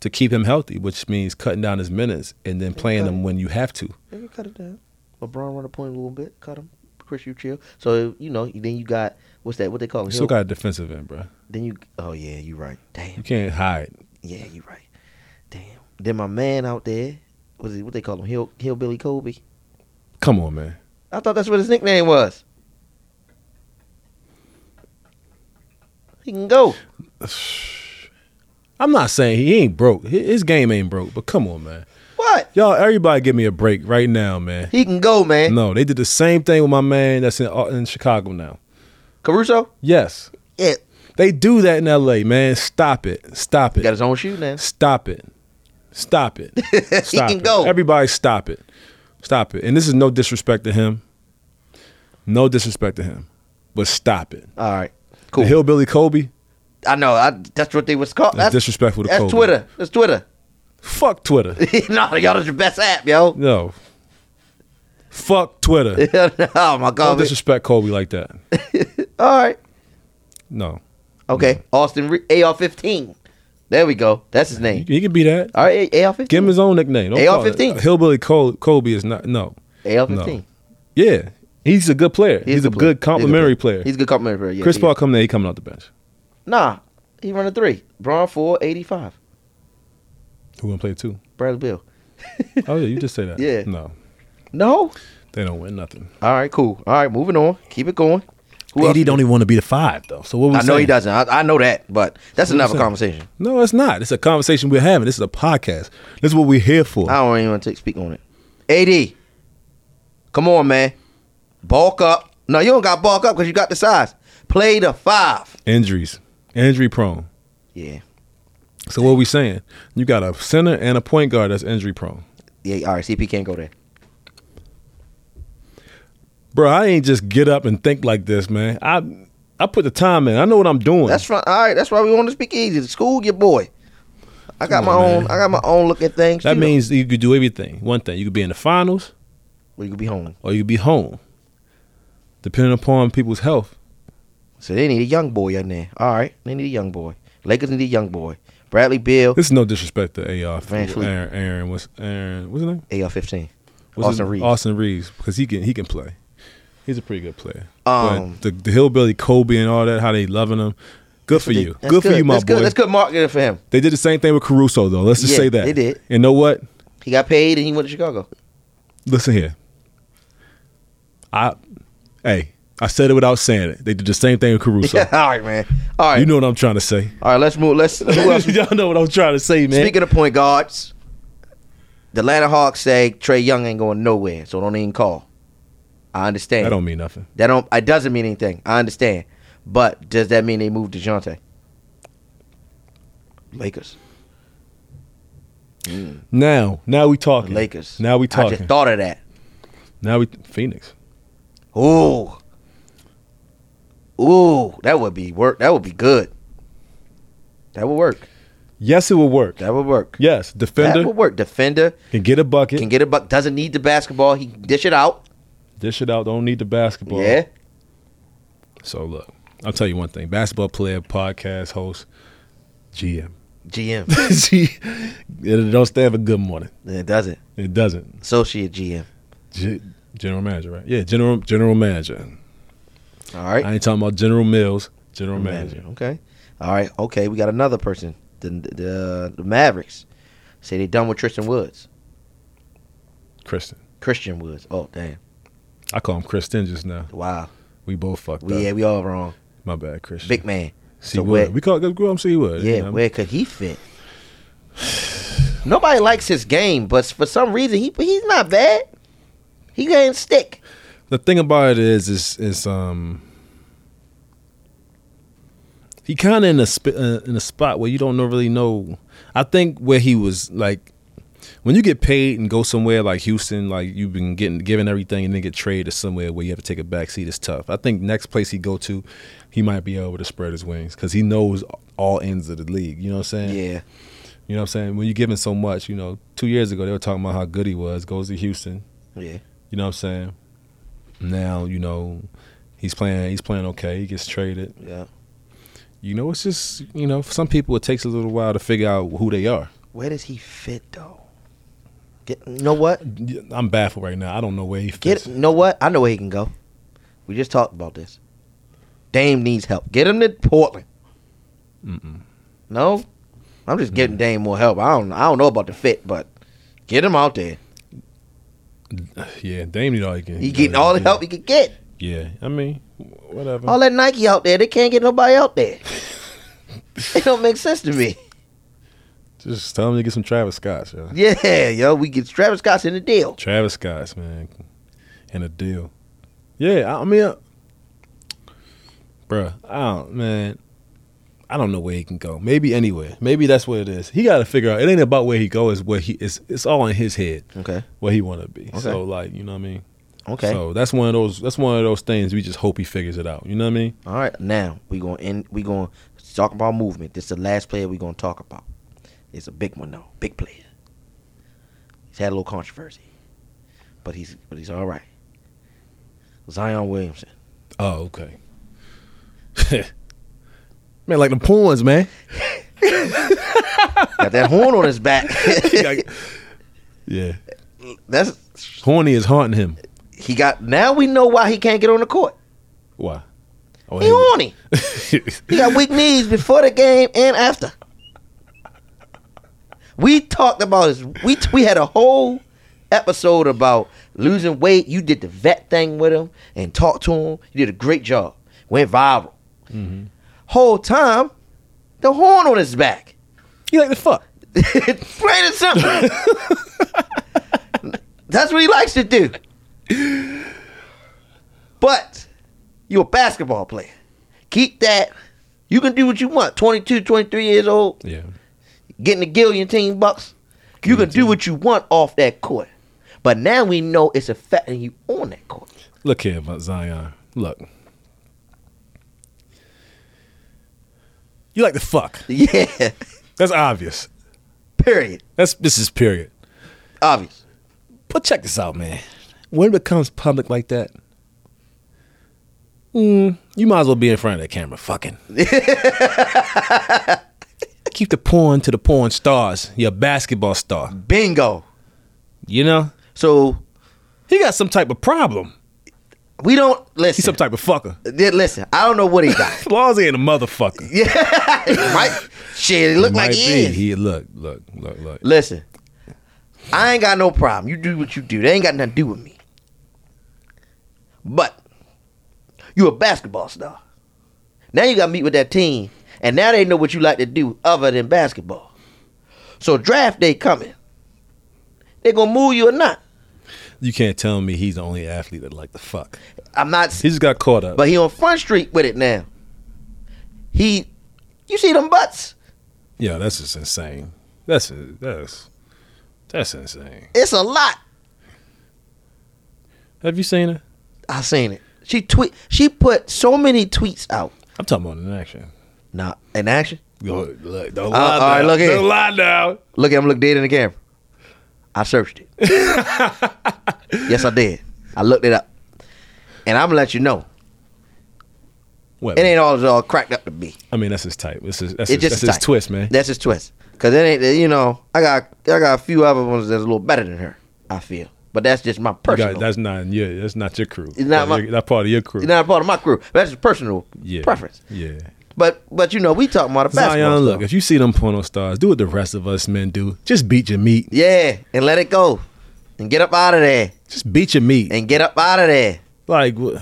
Speaker 1: to keep him healthy, which means cutting down his minutes and then playing him when you have to.
Speaker 2: Yeah, you cut it down. LeBron run the point a little bit, cut him. Chris, you chill. So you know, then you got what's that? What they call him?
Speaker 1: You still got a defensive end, bro.
Speaker 2: Then you. Oh yeah, you right. Damn.
Speaker 1: You can't hide.
Speaker 2: Yeah, you right. Damn. Then my man out there, was it what they call him? Hill Hillbilly Kobe.
Speaker 1: Come on, man.
Speaker 2: I thought that's what his nickname was. He can go.
Speaker 1: I'm not saying he ain't broke. Hi- His game ain't broke, but come on, man.
Speaker 2: What?
Speaker 1: Y'all, everybody give me a break right now, man.
Speaker 2: He can go, man.
Speaker 1: No, they did the same thing with my man that's in, uh, in Chicago now.
Speaker 2: Caruso.
Speaker 1: Yes.
Speaker 2: Yeah.
Speaker 1: They do that in LA, man. Stop it. Stop it.
Speaker 2: Got his own shoe now.
Speaker 1: Stop it. Stop it.
Speaker 2: He
Speaker 1: Stop
Speaker 2: can
Speaker 1: it.
Speaker 2: go.
Speaker 1: Everybody stop it. Stop it. And this is no disrespect to him. No disrespect to him. But stop it.
Speaker 2: All right. Cool.
Speaker 1: The hillbilly Kobe,
Speaker 2: I know. I, that's what they was called.
Speaker 1: That's disrespectful to
Speaker 2: That's
Speaker 1: Kobe.
Speaker 2: Twitter. That's Twitter.
Speaker 1: fuck Twitter.
Speaker 2: no, y'all is your best app, yo.
Speaker 1: No. Fuck Twitter.
Speaker 2: oh my
Speaker 1: Don't
Speaker 2: god.
Speaker 1: disrespect Kobe like that.
Speaker 2: All right.
Speaker 1: No.
Speaker 2: Okay. Austin Re- AR fifteen. There we go. That's his name.
Speaker 1: He can be that.
Speaker 2: All right. AR fifteen.
Speaker 1: Give him his own nickname. Don't call it-
Speaker 2: AR-15.
Speaker 1: Hillbilly Col- Kobe is not. No.
Speaker 2: AR fifteen.
Speaker 1: Yeah. He's a good player. He's, a good, complimentary player.
Speaker 2: He's a good complimentary player. Yeah,
Speaker 1: Chris
Speaker 2: he
Speaker 1: Paul
Speaker 2: is.
Speaker 1: come there, he coming off the bench.
Speaker 2: Nah, he running three. Braun four eighty five.
Speaker 1: Who gonna play two?
Speaker 2: Bradley Bill.
Speaker 1: Oh yeah, you just say that.
Speaker 2: Yeah.
Speaker 1: No,
Speaker 2: No.
Speaker 1: they don't win nothing.
Speaker 2: All right. Cool. All right. Moving on. Keep it going. Who else?
Speaker 1: don't even want to be the five though. So what we
Speaker 2: I know he
Speaker 1: saying?
Speaker 2: doesn't. I, I know that, but that's
Speaker 1: Who
Speaker 2: another
Speaker 1: saying?
Speaker 2: conversation.
Speaker 1: No, it's not. It's a conversation we're having. This is a podcast. This is what we're here for.
Speaker 2: I don't even want to speak on it. AD, come on, man. Bulk up. No, you don't got bulk up because you got the size. Play the five.
Speaker 1: Injuries, injury prone.
Speaker 2: Yeah.
Speaker 1: So what we saying? You got a center and a point guard that's injury prone.
Speaker 2: Yeah. All right. CP can't go there.
Speaker 1: Bro, I ain't just get up and think like this, man. I I put the time in. I know what I'm doing.
Speaker 2: That's fine. All right. That's why we want to speak easy. School your boy. I got
Speaker 1: Come
Speaker 2: my
Speaker 1: on,
Speaker 2: own.
Speaker 1: man.
Speaker 2: I got my own look at things.
Speaker 1: that
Speaker 2: too.
Speaker 1: means you could do everything. One thing, you could be in the finals
Speaker 2: well, you could be home.
Speaker 1: or you could be home, depending upon people's health.
Speaker 2: So they need a young boy in there. All right. They need a young boy. Lakers need a young boy. Bradley Bill.
Speaker 1: This is no disrespect to AR.
Speaker 2: Van Fleet.
Speaker 1: Aaron, Aaron, what's Aaron? What's his name?
Speaker 2: AR fifteen.
Speaker 1: What's his-
Speaker 2: Austin Reeves.
Speaker 1: Austin Reeves, because he can he can play. He's a pretty good player.
Speaker 2: Um,
Speaker 1: but the, the hillbilly Kobe and all that, how they loving him. Good for you.
Speaker 2: That's
Speaker 1: Good, for you, my
Speaker 2: that's
Speaker 1: boy.
Speaker 2: Good. That's good marketing for him.
Speaker 1: They did the same thing with Caruso though. Let's just
Speaker 2: Yeah,
Speaker 1: say that
Speaker 2: they did.
Speaker 1: And know what?
Speaker 2: He got paid and he went to Chicago.
Speaker 1: Listen here. I, hey, I said it without saying it. They did the same thing with Caruso.
Speaker 2: Yeah. All right, man. All right.
Speaker 1: You know what I'm trying to say.
Speaker 2: All right, let's move. Let's. Who else?
Speaker 1: Y'all know what I'm trying to say, man.
Speaker 2: Speaking of point guards, the Atlanta Hawks say Trey Young ain't going nowhere, so don't even call. I understand.
Speaker 1: that don't mean nothing.
Speaker 2: That don't. It doesn't mean anything. I understand, but does that mean they moved Dejounte? Lakers. Mm,
Speaker 1: Now, now we talking.
Speaker 2: Lakers.
Speaker 1: Now we
Speaker 2: I just
Speaker 1: talking.
Speaker 2: thought of that.
Speaker 1: now we Phoenix.
Speaker 2: Ooh. Ooh, that would be work. That would be good. That would work.
Speaker 1: Yes, it will work.
Speaker 2: That would work.
Speaker 1: Yes,
Speaker 2: That
Speaker 1: defender
Speaker 2: would work. Defender.
Speaker 1: can get a bucket.
Speaker 2: can get a buck. Doesn't need the basketball. He can dish it out.
Speaker 1: dish it out. Don't need the basketball.
Speaker 2: Yeah.
Speaker 1: So look, I'll tell you one thing: basketball player, podcast host, GM.
Speaker 2: GM.
Speaker 1: G- it don't stand for good morning.
Speaker 2: it doesn't.
Speaker 1: It doesn't.
Speaker 2: Associate GM.
Speaker 1: G- general manager, right? Yeah, general general manager.
Speaker 2: All right.
Speaker 1: I ain't talking about General Mills. General manager.
Speaker 2: Okay. All right. Okay. We got another person. The the, the Mavericks say they done with Tristan Woods.
Speaker 1: Kristen.
Speaker 2: Christian Woods. Oh damn.
Speaker 1: I call him Kristen just now.
Speaker 2: Wow.
Speaker 1: We both fucked
Speaker 2: We,
Speaker 1: up.
Speaker 2: yeah. We all wrong.
Speaker 1: My bad, Christian.
Speaker 2: Big man.
Speaker 1: C
Speaker 2: so where-
Speaker 1: Wood. We call it grew up C Wood.
Speaker 2: Yeah.
Speaker 1: You know?
Speaker 2: Where could he fit? Nobody likes his game, but for some reason he he's not bad. He can stick.
Speaker 1: the thing about it is is is um he kind of in a sp- uh, in a spot where you don't know, really know. I think where he was like when you get paid and go somewhere like Houston, like you've been getting given everything and then get traded somewhere where you have to take a back seat. It's tough. I think next place he go to, he might be able to spread his wings because he knows all ends of the league. You know what I'm saying?
Speaker 2: Yeah.
Speaker 1: You know what I'm saying? When you're given so much, you know, two years ago they were talking about how good he was. Goes to Houston,
Speaker 2: Yeah.
Speaker 1: you know what I'm saying? Now, you know, he's playing he's playing okay. He gets traded.
Speaker 2: Yeah.
Speaker 1: You know, it's just, you know, for some people it takes a little while to figure out who they are.
Speaker 2: Where does he fit though? Get you know what?
Speaker 1: I'm baffled right now. I don't know where he fits.
Speaker 2: Get you know what? I know where he can go. We just talked about this. Dame needs help. Get him to Portland. No, I'm just getting Dame more help. I don't I don't know about the fit, but get him out there.
Speaker 1: Yeah, Dame need all he can.
Speaker 2: He getting all the
Speaker 1: yeah.
Speaker 2: help he could get.
Speaker 1: Yeah, I mean, wh- whatever.
Speaker 2: All that Nike out there, they can't get nobody out there. it don't make sense to me.
Speaker 1: Just tell him to get some Travis Scotts, yo.
Speaker 2: Yeah, yo, we get Travis Scott's in the deal.
Speaker 1: Travis Scott's man, and a deal. Yeah, I I mean, uh, bruh, I don't, man, I don't know where he can go. Maybe anywhere. Maybe that's what it is. He got to figure out. It ain't about where he go. Is where he is. It's all in his head.
Speaker 2: Okay.
Speaker 1: Where he want to be.
Speaker 2: Okay.
Speaker 1: So like, you know what I mean.
Speaker 2: Okay.
Speaker 1: So that's one of those. That's one of those things. We just hope he figures it out. You know what I mean?
Speaker 2: All right, now we gonna end. We gonna talk about movement. This is the last player we gonna talk about. It's a big one though, big player. He's had a little controversy, but he's but he's all right. Zion Williamson.
Speaker 1: Oh, okay. man, like the pawns, man.
Speaker 2: Got that horn on his back.
Speaker 1: yeah,
Speaker 2: That's
Speaker 1: horny is haunting him.
Speaker 2: he got. Now we know why he can't get on the court.
Speaker 1: Why? Oh,
Speaker 2: He horny. He
Speaker 1: Mm-hmm.
Speaker 2: got weak knees before the game and after. We talked about this. We we had a whole episode about losing weight. You did the vet thing with him and talked to him. You did a great job. Went viral. Whole time, the horn on his back.
Speaker 1: you like the fuck?
Speaker 2: Plain and simple. That's what he likes to do. But you're a basketball player. Keep that. You can do what you want. 22, 23 years old,
Speaker 1: Yeah.
Speaker 2: getting the guillotine bucks. You can do what you want off that court. But now we know it's affecting you on that court.
Speaker 1: Look here about Zion. Look. You like the fuck.
Speaker 2: Yeah.
Speaker 1: That's obvious.
Speaker 2: Period.
Speaker 1: That's this is period.
Speaker 2: Obvious.
Speaker 1: But check this out, man. When it becomes public like that, mm, you might as well be in front of the camera fucking. Keep the porn to the porn stars, your basketball star.
Speaker 2: Bingo.
Speaker 1: You know?
Speaker 2: So
Speaker 1: He got some type of problem.
Speaker 2: we don't
Speaker 1: He's
Speaker 2: listen.
Speaker 1: some type of fucker.
Speaker 2: listen, I don't know what he got.
Speaker 1: Laws ain't a motherfucker.
Speaker 2: right? Shit, it looked like
Speaker 1: Might
Speaker 2: he
Speaker 1: be.
Speaker 2: is.
Speaker 1: He look, look, look, look.
Speaker 2: Listen, I ain't got no problem. You do what you do. They ain't got nothing to do with me. But you a basketball star. Now you got to meet with that team, and now they know what you like to do other than basketball. So draft day coming. They gonna move you or not?
Speaker 1: You can't tell me he's the only athlete that like the fuck.
Speaker 2: I'm not.
Speaker 1: He just got caught up.
Speaker 2: But he on Front Street with it now. He, you see them butts?
Speaker 1: yeah, that's just insane. That's that's that's insane.
Speaker 2: It's a lot.
Speaker 1: Have you seen it?
Speaker 2: I seen it. She tweet. She put so many tweets out.
Speaker 1: I'm talking about in action.
Speaker 2: Nah, in action.
Speaker 1: Go, look, don't
Speaker 2: Uh,
Speaker 1: lie
Speaker 2: all right,
Speaker 1: now.
Speaker 2: look here.
Speaker 1: Don't lie now.
Speaker 2: Look at him. Look dead in the camera. I searched it. yes, I did. I looked it up, and I'm gonna let you know
Speaker 1: What?
Speaker 2: it ain't all it's all cracked up to be.
Speaker 1: I mean, that's his type. This is that's,
Speaker 2: It
Speaker 1: his,
Speaker 2: just
Speaker 1: that's his
Speaker 2: tight.
Speaker 1: twist, man.
Speaker 2: That's his twist. Cause it ain't you know I got I got a few other ones that's a little better than her. I feel, but that's just my
Speaker 1: You got-
Speaker 2: personal.
Speaker 1: that's not yeah. That's not your crew.
Speaker 2: It's not
Speaker 1: That's
Speaker 2: my-
Speaker 1: your- not part of your crew.
Speaker 2: it's not a part of my crew. That's just personal
Speaker 1: yeah.
Speaker 2: preference.
Speaker 1: Yeah.
Speaker 2: But but you know we talking about a basketball.
Speaker 1: Zion,
Speaker 2: star.
Speaker 1: look, if you see them porno stars, do what the rest of us men do. Just beat your meat.
Speaker 2: Yeah, and let it go, and get up out of there,
Speaker 1: Just beat your meat.
Speaker 2: and get up out of there.
Speaker 1: Like, wh-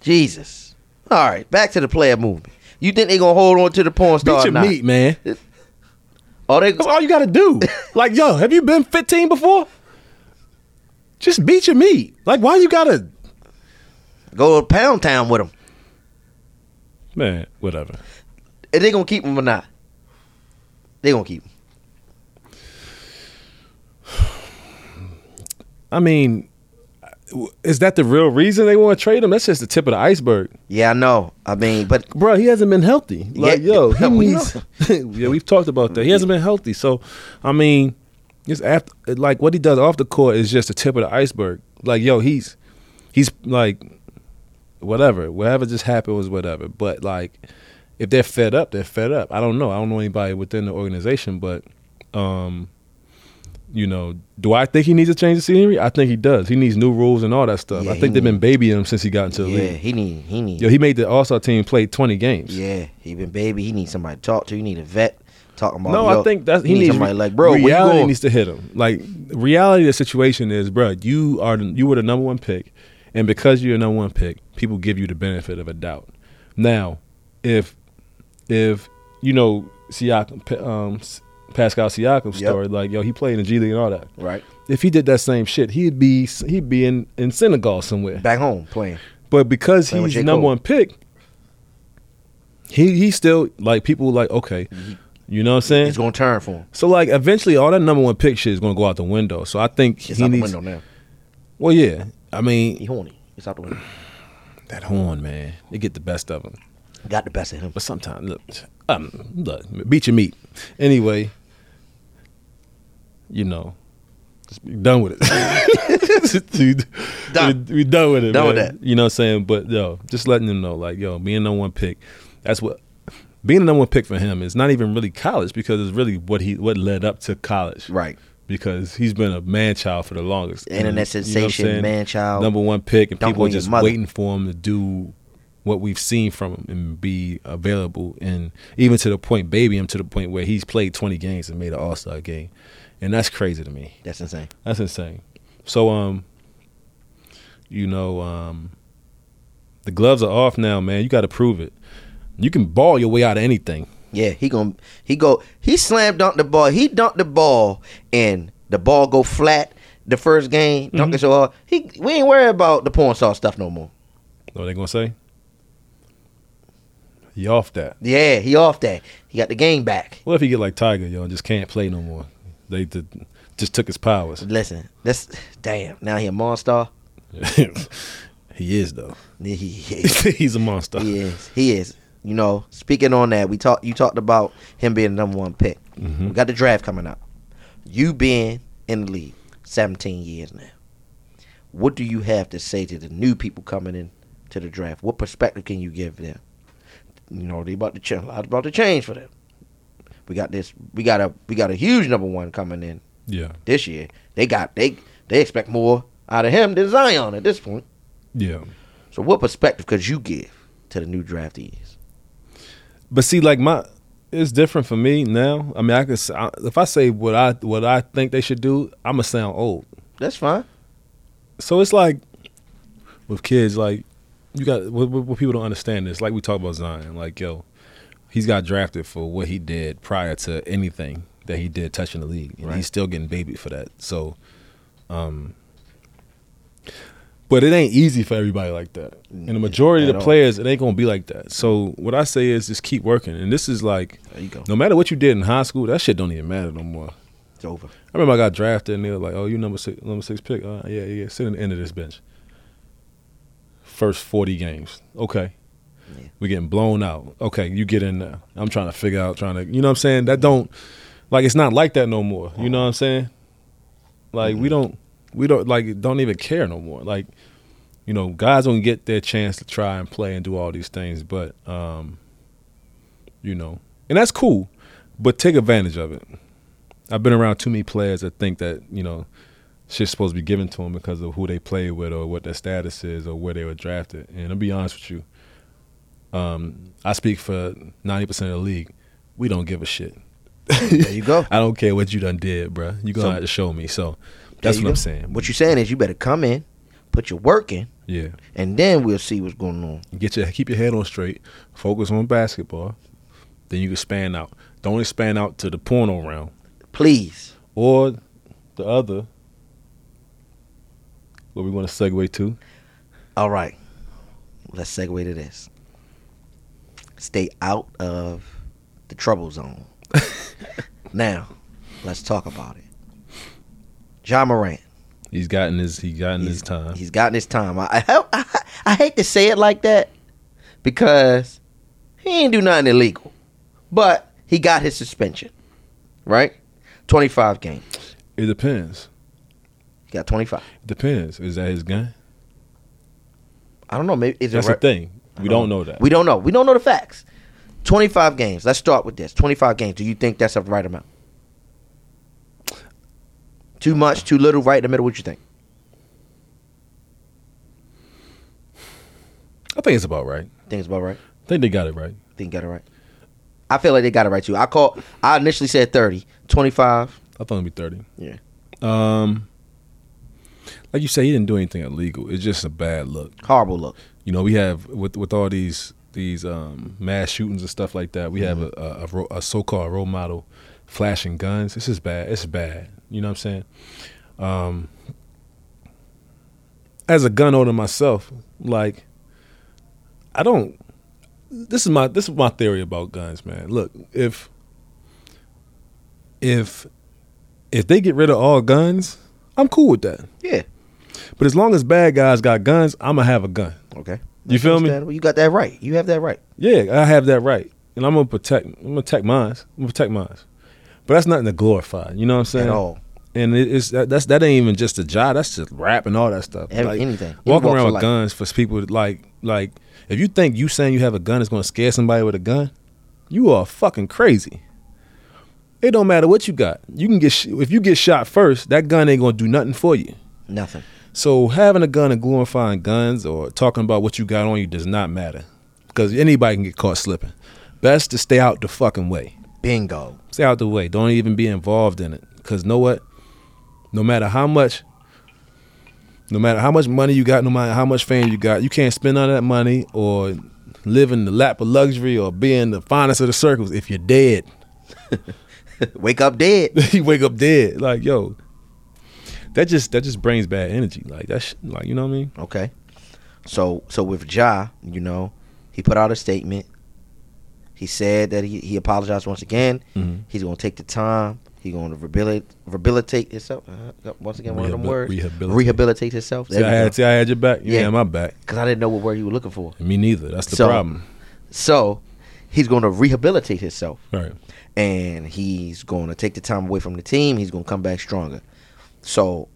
Speaker 2: Jesus. All right, back to the player movement. You think they gonna hold on to the porn
Speaker 1: beat
Speaker 2: star? or
Speaker 1: your
Speaker 2: not?
Speaker 1: meat, man.
Speaker 2: Are they?
Speaker 1: That's all you gotta do. Like, yo, have you been 15 before? Just beat your meat. Like, why you gotta
Speaker 2: go to Pound Town with him.
Speaker 1: Man, whatever.
Speaker 2: Are they gonna keep him or not? They gonna keep him.
Speaker 1: I mean, is that the real reason they want to trade him? That's just the tip of the iceberg.
Speaker 2: Yeah, I know. I mean, but
Speaker 1: Bro, he hasn't been healthy. Like,
Speaker 2: Yeah,
Speaker 1: yo, he
Speaker 2: we
Speaker 1: needs Yeah, we've talked about that. He hasn't been healthy. So, I mean, it's after like what he does off the court is just the tip of the iceberg. Like, yo, he's he's like whatever. Whatever just happened was whatever. But like if they're fed up, they're fed up. I don't know. I don't know anybody within the organization, but um you know, do I think he needs to change the scenery? I think he does. He needs new rules and all that stuff.
Speaker 2: Yeah,
Speaker 1: I
Speaker 2: he
Speaker 1: think they've been
Speaker 2: need-
Speaker 1: babying him since he got into the
Speaker 2: yeah,
Speaker 1: league.
Speaker 2: he need he need
Speaker 1: Yo, he made the All Star team play twenty games.
Speaker 2: yeah, he been baby. He needs somebody to talk to. He need a vet talking about.
Speaker 1: No,
Speaker 2: yo,
Speaker 1: I think that's he,
Speaker 2: need
Speaker 1: needs
Speaker 2: somebody like bro. where you
Speaker 1: Reality
Speaker 2: going?
Speaker 1: needs to hit him. Like reality, of the situation is, bro, you are the- you were the number one pick, and because you're the number one pick, people give you the benefit of a doubt. Now, if if you know Siakam, P- um, S- Pascal Siakam's
Speaker 2: Yep.
Speaker 1: story, like yo, he played in the G League and all that.
Speaker 2: right
Speaker 1: If he did that same shit, he'd be he'd be in in Senegal somewhere.
Speaker 2: back home playing.
Speaker 1: But because
Speaker 2: Playing with
Speaker 1: he's
Speaker 2: J.
Speaker 1: number
Speaker 2: Cole.
Speaker 1: one pick, he he still like people like okay, you know what I'm saying.
Speaker 2: It's gonna turn for him.
Speaker 1: So like eventually all that number one pick shit is gonna go out the window. So I think
Speaker 2: It's
Speaker 1: he
Speaker 2: out the
Speaker 1: needs.
Speaker 2: window now.
Speaker 1: Well, yeah. I
Speaker 2: He
Speaker 1: mean
Speaker 2: horny. It's out the window.
Speaker 1: that horn, man. They get the best of him.
Speaker 2: Got the best of him.
Speaker 1: But sometimes look, um, look, beat your meat. Anyway, you know, just be done with it. Dude,
Speaker 2: Done.
Speaker 1: We, we done with it.
Speaker 2: Done with
Speaker 1: man.
Speaker 2: that.
Speaker 1: You know what I'm saying? But yo, just letting them know, like yo, being number one pick, that's what. Being the number one pick for him is not even really college because it's really what he what led up to college.
Speaker 2: Right.
Speaker 1: because he's been a man child for the longest. And,
Speaker 2: Internet
Speaker 1: you know what I'm
Speaker 2: sensation,
Speaker 1: saying?
Speaker 2: man-child.
Speaker 1: number one pick, and
Speaker 2: Dunk
Speaker 1: people are
Speaker 2: on your
Speaker 1: just
Speaker 2: mother.
Speaker 1: waiting for him to do what we've seen from him and be available. And even to the point, baby, him to the point where he's played 20 games and made an All Star game, and that's crazy to me.
Speaker 2: That's insane.
Speaker 1: That's insane. So um, you know um, the gloves are off now, man. You got to prove it. You can ball your way out of anything.
Speaker 2: Yeah, he gonna he go he slam dunked the ball. He dunked the ball and the ball go flat. The first game, dunk it so hard. He we ain't worried about the porn star stuff no more.
Speaker 1: Know what they gonna say? You off that.
Speaker 2: Yeah, he off that. He got the game back.
Speaker 1: What if he get like Tiger, yo, and just can't play no more? They did, just took his powers.
Speaker 2: Listen, that's damn. Now he a monster.
Speaker 1: he is though.
Speaker 2: He, he is.
Speaker 1: He's a monster.
Speaker 2: He is. He is. You know, speaking on that, we talked. You talked about him being the number one pick.
Speaker 1: Mm-hmm.
Speaker 2: We got the draft coming up. You been in the league seventeen years now. What do you have to say to the new people coming in to the draft? What perspective can you give them? You know, they about to change. A lot about to change for them. We got this. We got a. We got a huge number one coming in
Speaker 1: Yeah,
Speaker 2: this year. They got they. They expect more out of him than Zion at this point.
Speaker 1: yeah.
Speaker 2: So, what perspective could you give to the new draftees?
Speaker 1: But see, like my, it's different for me now. I mean, I could s- I- if I say what I what I think they should do, I'ma sound old.
Speaker 2: That's fine.
Speaker 1: So it's like with kids, like you got what, what, what people don't understand is like we talk about Zion, like yo, he's got drafted for what he did prior to anything that he did touching the league, and
Speaker 2: Right.
Speaker 1: he's still getting babied for that. So, um, but it ain't easy for everybody like that, and the majority of
Speaker 2: At
Speaker 1: the
Speaker 2: all.
Speaker 1: players, it ain't gonna be like that. So what I say is just keep working, and this is like
Speaker 2: There you go.
Speaker 1: no matter what you did in high school, that shit don't even matter no more.
Speaker 2: It's over.
Speaker 1: I remember I got drafted and they were like, "Oh, you number six, number six pick. Uh, yeah, yeah, sit in the end of this bench." First forty games, okay.
Speaker 2: Yeah.
Speaker 1: We're getting blown out. Okay, you get in there. I'm trying to figure out, trying to, you know what I'm saying? That don't, like, it's not like that no more. You know what I'm saying? Like, we don't, we don't, like, don't even care no more. Like, you know, guys don't get their chance to try and play and do all these things, but, um, you know, and that's cool, but take advantage of it. I've been around too many players that think that you know shit's supposed to be given to them because of who they play with or what their status is or where they were drafted. And I'll be honest with you, um, I speak for ninety percent of the league. We don't give a shit.
Speaker 2: There you go.
Speaker 1: I don't care what you done did, bruh. You gonna
Speaker 2: So-
Speaker 1: have to show me. So
Speaker 2: There
Speaker 1: that's
Speaker 2: you
Speaker 1: what
Speaker 2: go.
Speaker 1: I'm saying.
Speaker 2: What you saying is you better come in, put your work in,
Speaker 1: yeah,
Speaker 2: and then we'll see what's going on.
Speaker 1: get your keep your head on straight. Focus on basketball. Then you can span out. Don't expand out to the porno realm
Speaker 2: Please.
Speaker 1: or the other. What we want to segue to?
Speaker 2: All right. Let's segue to this. Stay out of the trouble zone. now, let's talk about it. John Morant.
Speaker 1: He's gotten his he gotten
Speaker 2: He's-
Speaker 1: his time.
Speaker 2: He's gotten his time. I, I, I, I hate to say it like that because he ain't do nothing illegal, but he got his suspension, right? 25 games.
Speaker 1: It depends.
Speaker 2: He got 25.
Speaker 1: Depends. Is that his gun?
Speaker 2: I don't know. Maybe is
Speaker 1: That's
Speaker 2: it
Speaker 1: the
Speaker 2: right? Uh-huh.
Speaker 1: thing. We don't know that.
Speaker 2: We don't know. We don't know the facts. 25 games. Let's start with this. 25 games. Do you think that's a right amount? Too much, too little, right in the middle. What you think?
Speaker 1: I think it's about right.
Speaker 2: Think it's about right.
Speaker 1: I think they got it right.
Speaker 2: Think got it right. I feel like they got it right too. I call. I initially said 30, 25.
Speaker 1: I thought it'd be thirty.
Speaker 2: Yeah.
Speaker 1: Um, like you say, he didn't do anything illegal. It's just a bad look.
Speaker 2: Horrible look.
Speaker 1: You know, we have with with all these these um, mass shootings and stuff like that. We have a a, a, ro- a so called role model flashing guns. This is bad. It's bad. You know what I'm saying? Um, as a gun owner myself, like I don't. This is my this is my theory about guns, man. Look, if if if they get rid of all guns, I'm cool with that.
Speaker 2: Yeah.
Speaker 1: But as long as bad guys got guns, I'm gonna have a gun.
Speaker 2: Okay.
Speaker 1: You feel me?
Speaker 2: Understandable. You got that right. You have that right.
Speaker 1: Yeah, I have that right, and I'm gonna protect. I'm gonna protect mine. I'm gonna protect mine. But that's nothing to glorify. You know what I'm saying?
Speaker 2: At all.
Speaker 1: And it- it's that, that's that ain't even just a job. That's just rap and all that stuff.
Speaker 2: Every-
Speaker 1: Like,
Speaker 2: anything.
Speaker 1: Walking
Speaker 2: Any walks
Speaker 1: around
Speaker 2: of
Speaker 1: with
Speaker 2: life.
Speaker 1: guns for people that, like like if you think you saying you have a gun is gonna scare somebody with a gun, you are fucking crazy. It don't matter what you got. You can get sh- if you get shot first, that gun ain't gonna do nothing for you.
Speaker 2: Nothing.
Speaker 1: So having a gun and glorifying guns or talking about what you got on you does not matter because anybody can get caught slipping. Best to stay out the fucking way.
Speaker 2: Bingo.
Speaker 1: Stay out the way. Don't even be involved in it. Cause know what? No matter how much, no matter how much money you got, no matter how much fame you got, you can't spend all that money or live in the lap of luxury or be in the finest of the circles if you're dead.
Speaker 2: Wake up dead.
Speaker 1: you wake up dead. Like yo, that just that just brings bad energy. Like that. Sh- like you know what I mean?
Speaker 2: Okay. So so with Ja, you know, he put out a statement. He said that he, he apologized once again. He's gonna take the time. He's gonna rehabilitate rehabilitate himself. Uh, once again, one of them
Speaker 1: Rehabil-
Speaker 2: words.
Speaker 1: rehabilitate.
Speaker 2: Rehabilitate himself.
Speaker 1: See, I had, see, I had your back. You
Speaker 2: Yeah.
Speaker 1: had my back.
Speaker 2: Because I didn't know what word you were looking for.
Speaker 1: Me neither. That's the
Speaker 2: So-
Speaker 1: problem.
Speaker 2: So he's gonna rehabilitate himself.
Speaker 1: Right.
Speaker 2: and he's going to take the time away from the team. He's going to come back stronger. So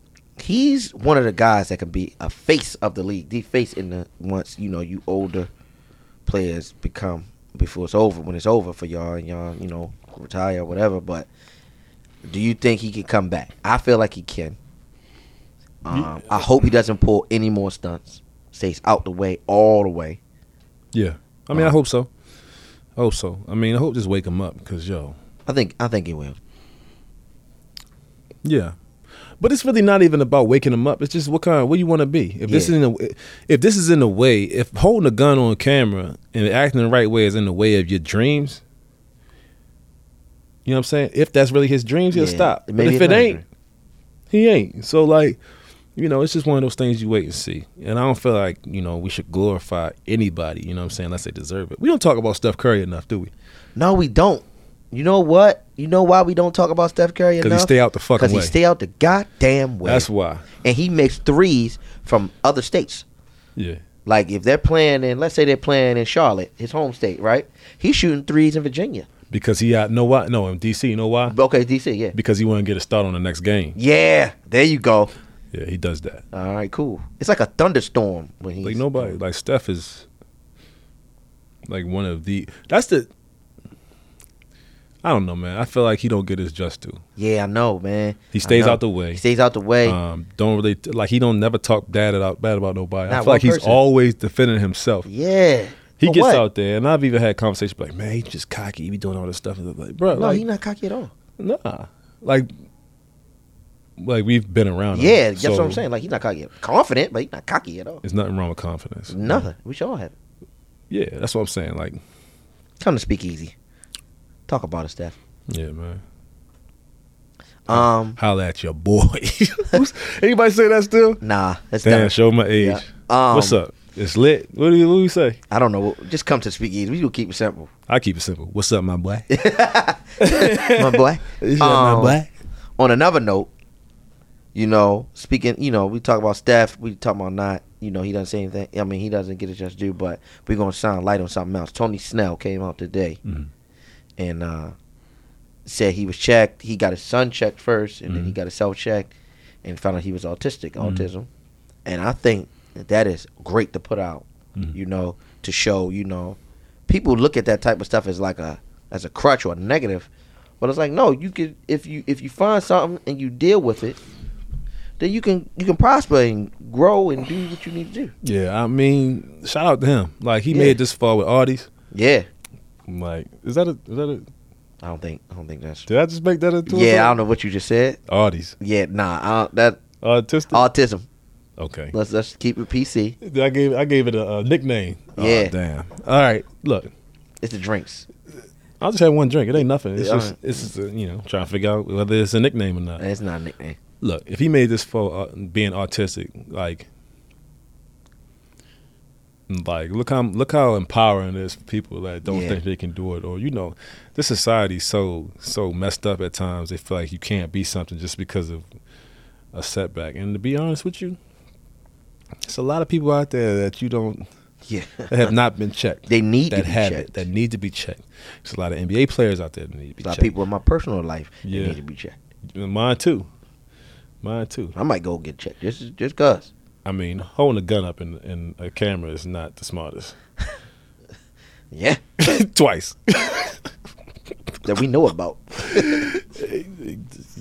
Speaker 2: he's one of the guys that can be a face of the league, the face in the once you know you older players become before it's over. When it's over for y'all and y'all you know retire or whatever, but do you think he can come back? I feel like he can. Um, I hope he doesn't pull any more stunts. Stays out the way all the way.
Speaker 1: Yeah. I mean, I
Speaker 2: Uh-huh.
Speaker 1: hope so. I hope so. I mean, I hope just wake him up because yo,
Speaker 2: I think I think he will.
Speaker 1: yeah. But it's really not even about waking him up. It's just what kind, what you want to be. If this is
Speaker 2: Yeah.
Speaker 1: in a, if this is in the way, if holding a gun on camera and acting the right way is in the way of your dreams, you know what I'm saying? If that's really his dreams, he'll
Speaker 2: Yeah.
Speaker 1: stop. But
Speaker 2: Maybe
Speaker 1: if
Speaker 2: it's
Speaker 1: it
Speaker 2: not his
Speaker 1: ain't, he ain't. So like, you know, it's just one of those things you wait and see. And I don't feel like you know we should glorify anybody. You know what I'm saying? Unless they deserve it. We don't talk about Steph Curry enough, do we?
Speaker 2: No, we don't. You know what? You know why we don't talk about Steph Curry enough?
Speaker 1: 'Cause he stay out the fucking
Speaker 2: he
Speaker 1: way.
Speaker 2: stay out the goddamn way.
Speaker 1: That's why.
Speaker 2: and he makes threes from other states.
Speaker 1: Yeah.
Speaker 2: Like if they're playing in, let's say they're playing in Charlotte, his home state, right? He's shooting threes in Virginia.
Speaker 1: Because he out. Know why? No, in DC. You know why?
Speaker 2: Okay, DC, yeah,
Speaker 1: Because he want to get a start on the next game.
Speaker 2: yeah. There you go.
Speaker 1: Yeah, he does that.
Speaker 2: All right, cool. It's like a thunderstorm when he's
Speaker 1: Like nobody. Like Steph is. Like one of the. That's the. I don't know, man. I feel like he don't get his just due.
Speaker 2: Yeah, I know, man.
Speaker 1: He stays
Speaker 2: I know.
Speaker 1: out the way.
Speaker 2: He stays out the way.
Speaker 1: Um, don't really like he don't never talk bad about bad about nobody. I
Speaker 2: Not
Speaker 1: feel like
Speaker 2: one
Speaker 1: he's
Speaker 2: person.
Speaker 1: always defending himself.
Speaker 2: yeah.
Speaker 1: He
Speaker 2: For
Speaker 1: gets
Speaker 2: what?
Speaker 1: out there, and I've even had conversations like, "Man, he just cocky. He be doing all this stuff." And I'm like, bro,
Speaker 2: No,
Speaker 1: like,
Speaker 2: he not cocky at all.
Speaker 1: nah, like, like we've been around. him,
Speaker 2: Yeah, that's what I'm
Speaker 1: so
Speaker 2: saying. Like he's not cocky, confident, but he's not cocky at all.
Speaker 1: There's nothing wrong with confidence.
Speaker 2: Nothing. We should all have. it.
Speaker 1: Yeah, that's what I'm saying. Like,
Speaker 2: Come to speak easy. Talk about it, Steph.
Speaker 1: yeah, man.
Speaker 2: Um,
Speaker 1: Holla at your boy. Who's- Anybody say that still?
Speaker 2: nah, that's
Speaker 1: Damn,
Speaker 2: not.
Speaker 1: show my age.
Speaker 2: Yeah. Um,
Speaker 1: What's up? It's lit. What do you, what do you say?
Speaker 2: I don't know. Just come to speak easy. We gonna keep it simple,
Speaker 1: I keep it simple. What's up, my boy?
Speaker 2: my boy.
Speaker 1: What's up, my
Speaker 2: Um,
Speaker 1: boy?
Speaker 2: On another note, you know, speaking, you know, we talk about Steph. We talk about not. You know, he doesn't say anything. I mean, he doesn't get a just due, but we're gonna shine light on something else. Tony Snell came out today
Speaker 1: Mhm.
Speaker 2: and uh, said he was checked. He got his son checked first, and then he got himself checked, and found out he was autistic, autism. And I think that, that is great to put out.
Speaker 1: Mm-hmm.
Speaker 2: You know, to show. You know, people look at that type of stuff as like a as a crutch or a negative, but it's like no, you could if you if you find something and you deal with it, then you can you can prosper and grow and do what you need to do.
Speaker 1: Yeah, I mean, shout out to him. Like he
Speaker 2: Yeah.
Speaker 1: made it this far with Artie's.
Speaker 2: Yeah,
Speaker 1: I'm like, is that a is that a
Speaker 2: I don't think I don't think that's.
Speaker 1: did I just make that into
Speaker 2: Yeah, I don't know what you just said.
Speaker 1: know. Artie's.
Speaker 2: Yeah, nah, I don't, that
Speaker 1: Autistic.
Speaker 2: autism.
Speaker 1: okay.
Speaker 2: Let's let's keep it PC.
Speaker 1: I gave I gave it a, uh nickname. Aw,
Speaker 2: Yeah.
Speaker 1: damn. All right. Look,
Speaker 2: It's the drinks.
Speaker 1: I just had one drink. It ain't nothing. It's
Speaker 2: Yeah,
Speaker 1: just
Speaker 2: alright.
Speaker 1: it's just a, you know trying to figure out whether it's a nickname or not.
Speaker 2: It's not a nickname.
Speaker 1: Look, if he made this for uh, being autistic, like. Like look how look how empowering it is for people that don't
Speaker 2: Yeah.
Speaker 1: think they can do it or you know, this society's so so messed up at times. They feel like you can't be something just because of a setback. And to be honest with you, it's a lot of people out there that you don't
Speaker 2: Yeah,
Speaker 1: that have not been checked.
Speaker 2: They need to
Speaker 1: that
Speaker 2: be
Speaker 1: have
Speaker 2: checked.
Speaker 1: it that need to be checked. There's a lot of NBA players out there that need to be
Speaker 2: a lot
Speaker 1: checked.
Speaker 2: of people in my personal life they
Speaker 1: Yeah.
Speaker 2: need to be checked.
Speaker 1: Mine too. Mine too.
Speaker 2: I might go get checked just just cause.
Speaker 1: I mean, holding a gun up in, in a camera is not the smartest.
Speaker 2: Yeah,
Speaker 1: Twice.
Speaker 2: that we know about.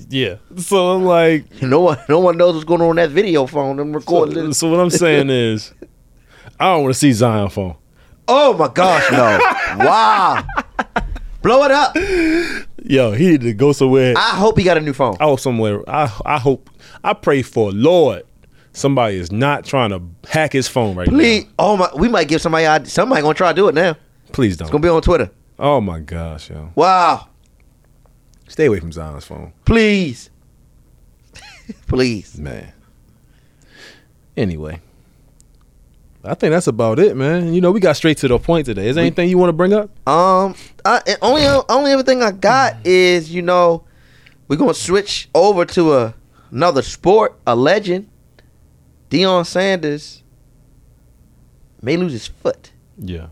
Speaker 1: yeah. So I'm like,
Speaker 2: No one no one knows what's going on in that video phone. I'm recording.
Speaker 1: so,
Speaker 2: it.
Speaker 1: so what I'm saying is, I don't want to see Zion phone.
Speaker 2: Oh my gosh, no! wow, blow it up.
Speaker 1: Yo, he need to go somewhere.
Speaker 2: I hope he got a new phone.
Speaker 1: I hope somewhere. I I hope. I pray for Lord. Somebody is not trying to hack his phone right
Speaker 2: Please,
Speaker 1: now.
Speaker 2: oh my, we might give somebody ID. somebody gonna try to do it now.
Speaker 1: Please
Speaker 2: It's
Speaker 1: don't.
Speaker 2: gonna be on Twitter.
Speaker 1: oh my gosh, yo.
Speaker 2: Wow,
Speaker 1: Stay away from Zion's phone,
Speaker 2: please, please.
Speaker 1: man. Anyway, I think that's about it, man. You know, we got straight to the point today. Is there anything you want to bring up?
Speaker 2: Um, I, and only only other thing I got is you know we're gonna switch over to a, another sport, a legend, Deion Sanders may lose his foot.
Speaker 1: Yeah.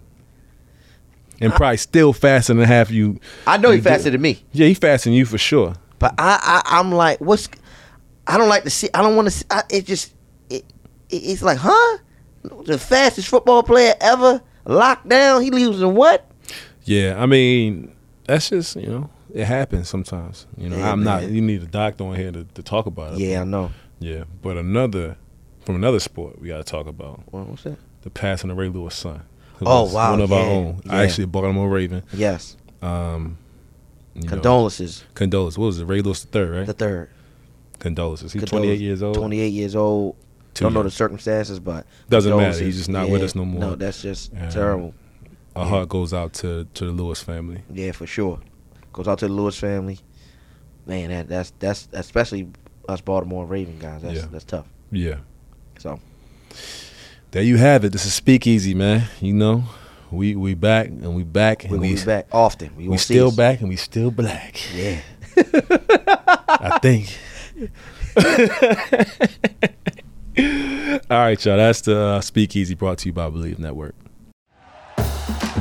Speaker 1: And probably still faster than half you.
Speaker 2: I know he
Speaker 1: You did.
Speaker 2: faster than me.
Speaker 1: Yeah, he faster than you for sure.
Speaker 2: But I, I I'm like, what's? I don't like to see. I don't want to see. I, it just, it, it, it's like, huh? The fastest football player ever locked down. He leaves in what?
Speaker 1: Yeah, I mean, that's just you know, it happens sometimes. You know,
Speaker 2: Yeah,
Speaker 1: I'm not.
Speaker 2: man.
Speaker 1: You need a doctor on here to, to talk about it.
Speaker 2: Yeah, I know.
Speaker 1: Yeah, but another from another sport we got to talk about
Speaker 2: What- What's that?
Speaker 1: the passing of Ray Lewis' son. who
Speaker 2: Oh,
Speaker 1: was
Speaker 2: wow,
Speaker 1: one of our
Speaker 2: yeah,
Speaker 1: own.
Speaker 2: yeah.
Speaker 1: Actually, a Baltimore Raven.
Speaker 2: Yes.
Speaker 1: Um, you know,
Speaker 2: Condolences.
Speaker 1: condolences. What was it? Ray Lewis the third, right?
Speaker 2: The third.
Speaker 1: condolences. He's
Speaker 2: Condol-
Speaker 1: 28 years old.
Speaker 2: 28 years old.
Speaker 1: Too
Speaker 2: don't know
Speaker 1: young.
Speaker 2: the circumstances, but
Speaker 1: Doesn't matter.
Speaker 2: condolences.
Speaker 1: He's just not with us no more.
Speaker 2: No, that's just
Speaker 1: Yeah.
Speaker 2: terrible.
Speaker 1: Our heart goes out to to the Lewis family.
Speaker 2: Yeah, for sure. Goes out to the Lewis family. Man, that that's that's especially us Baltimore Raven guys. That's
Speaker 1: Yeah.
Speaker 2: that's tough.
Speaker 1: Yeah.
Speaker 2: So
Speaker 1: There you have it. This is Speakeasy, man. You know, we we back and we back and
Speaker 2: we will
Speaker 1: we
Speaker 2: be back often. We,
Speaker 1: we
Speaker 2: won't see
Speaker 1: still
Speaker 2: us.
Speaker 1: back and we still black.
Speaker 2: Yeah.
Speaker 1: I think. All right, y'all. That's the uh, Speakeasy brought to you by Believe Network.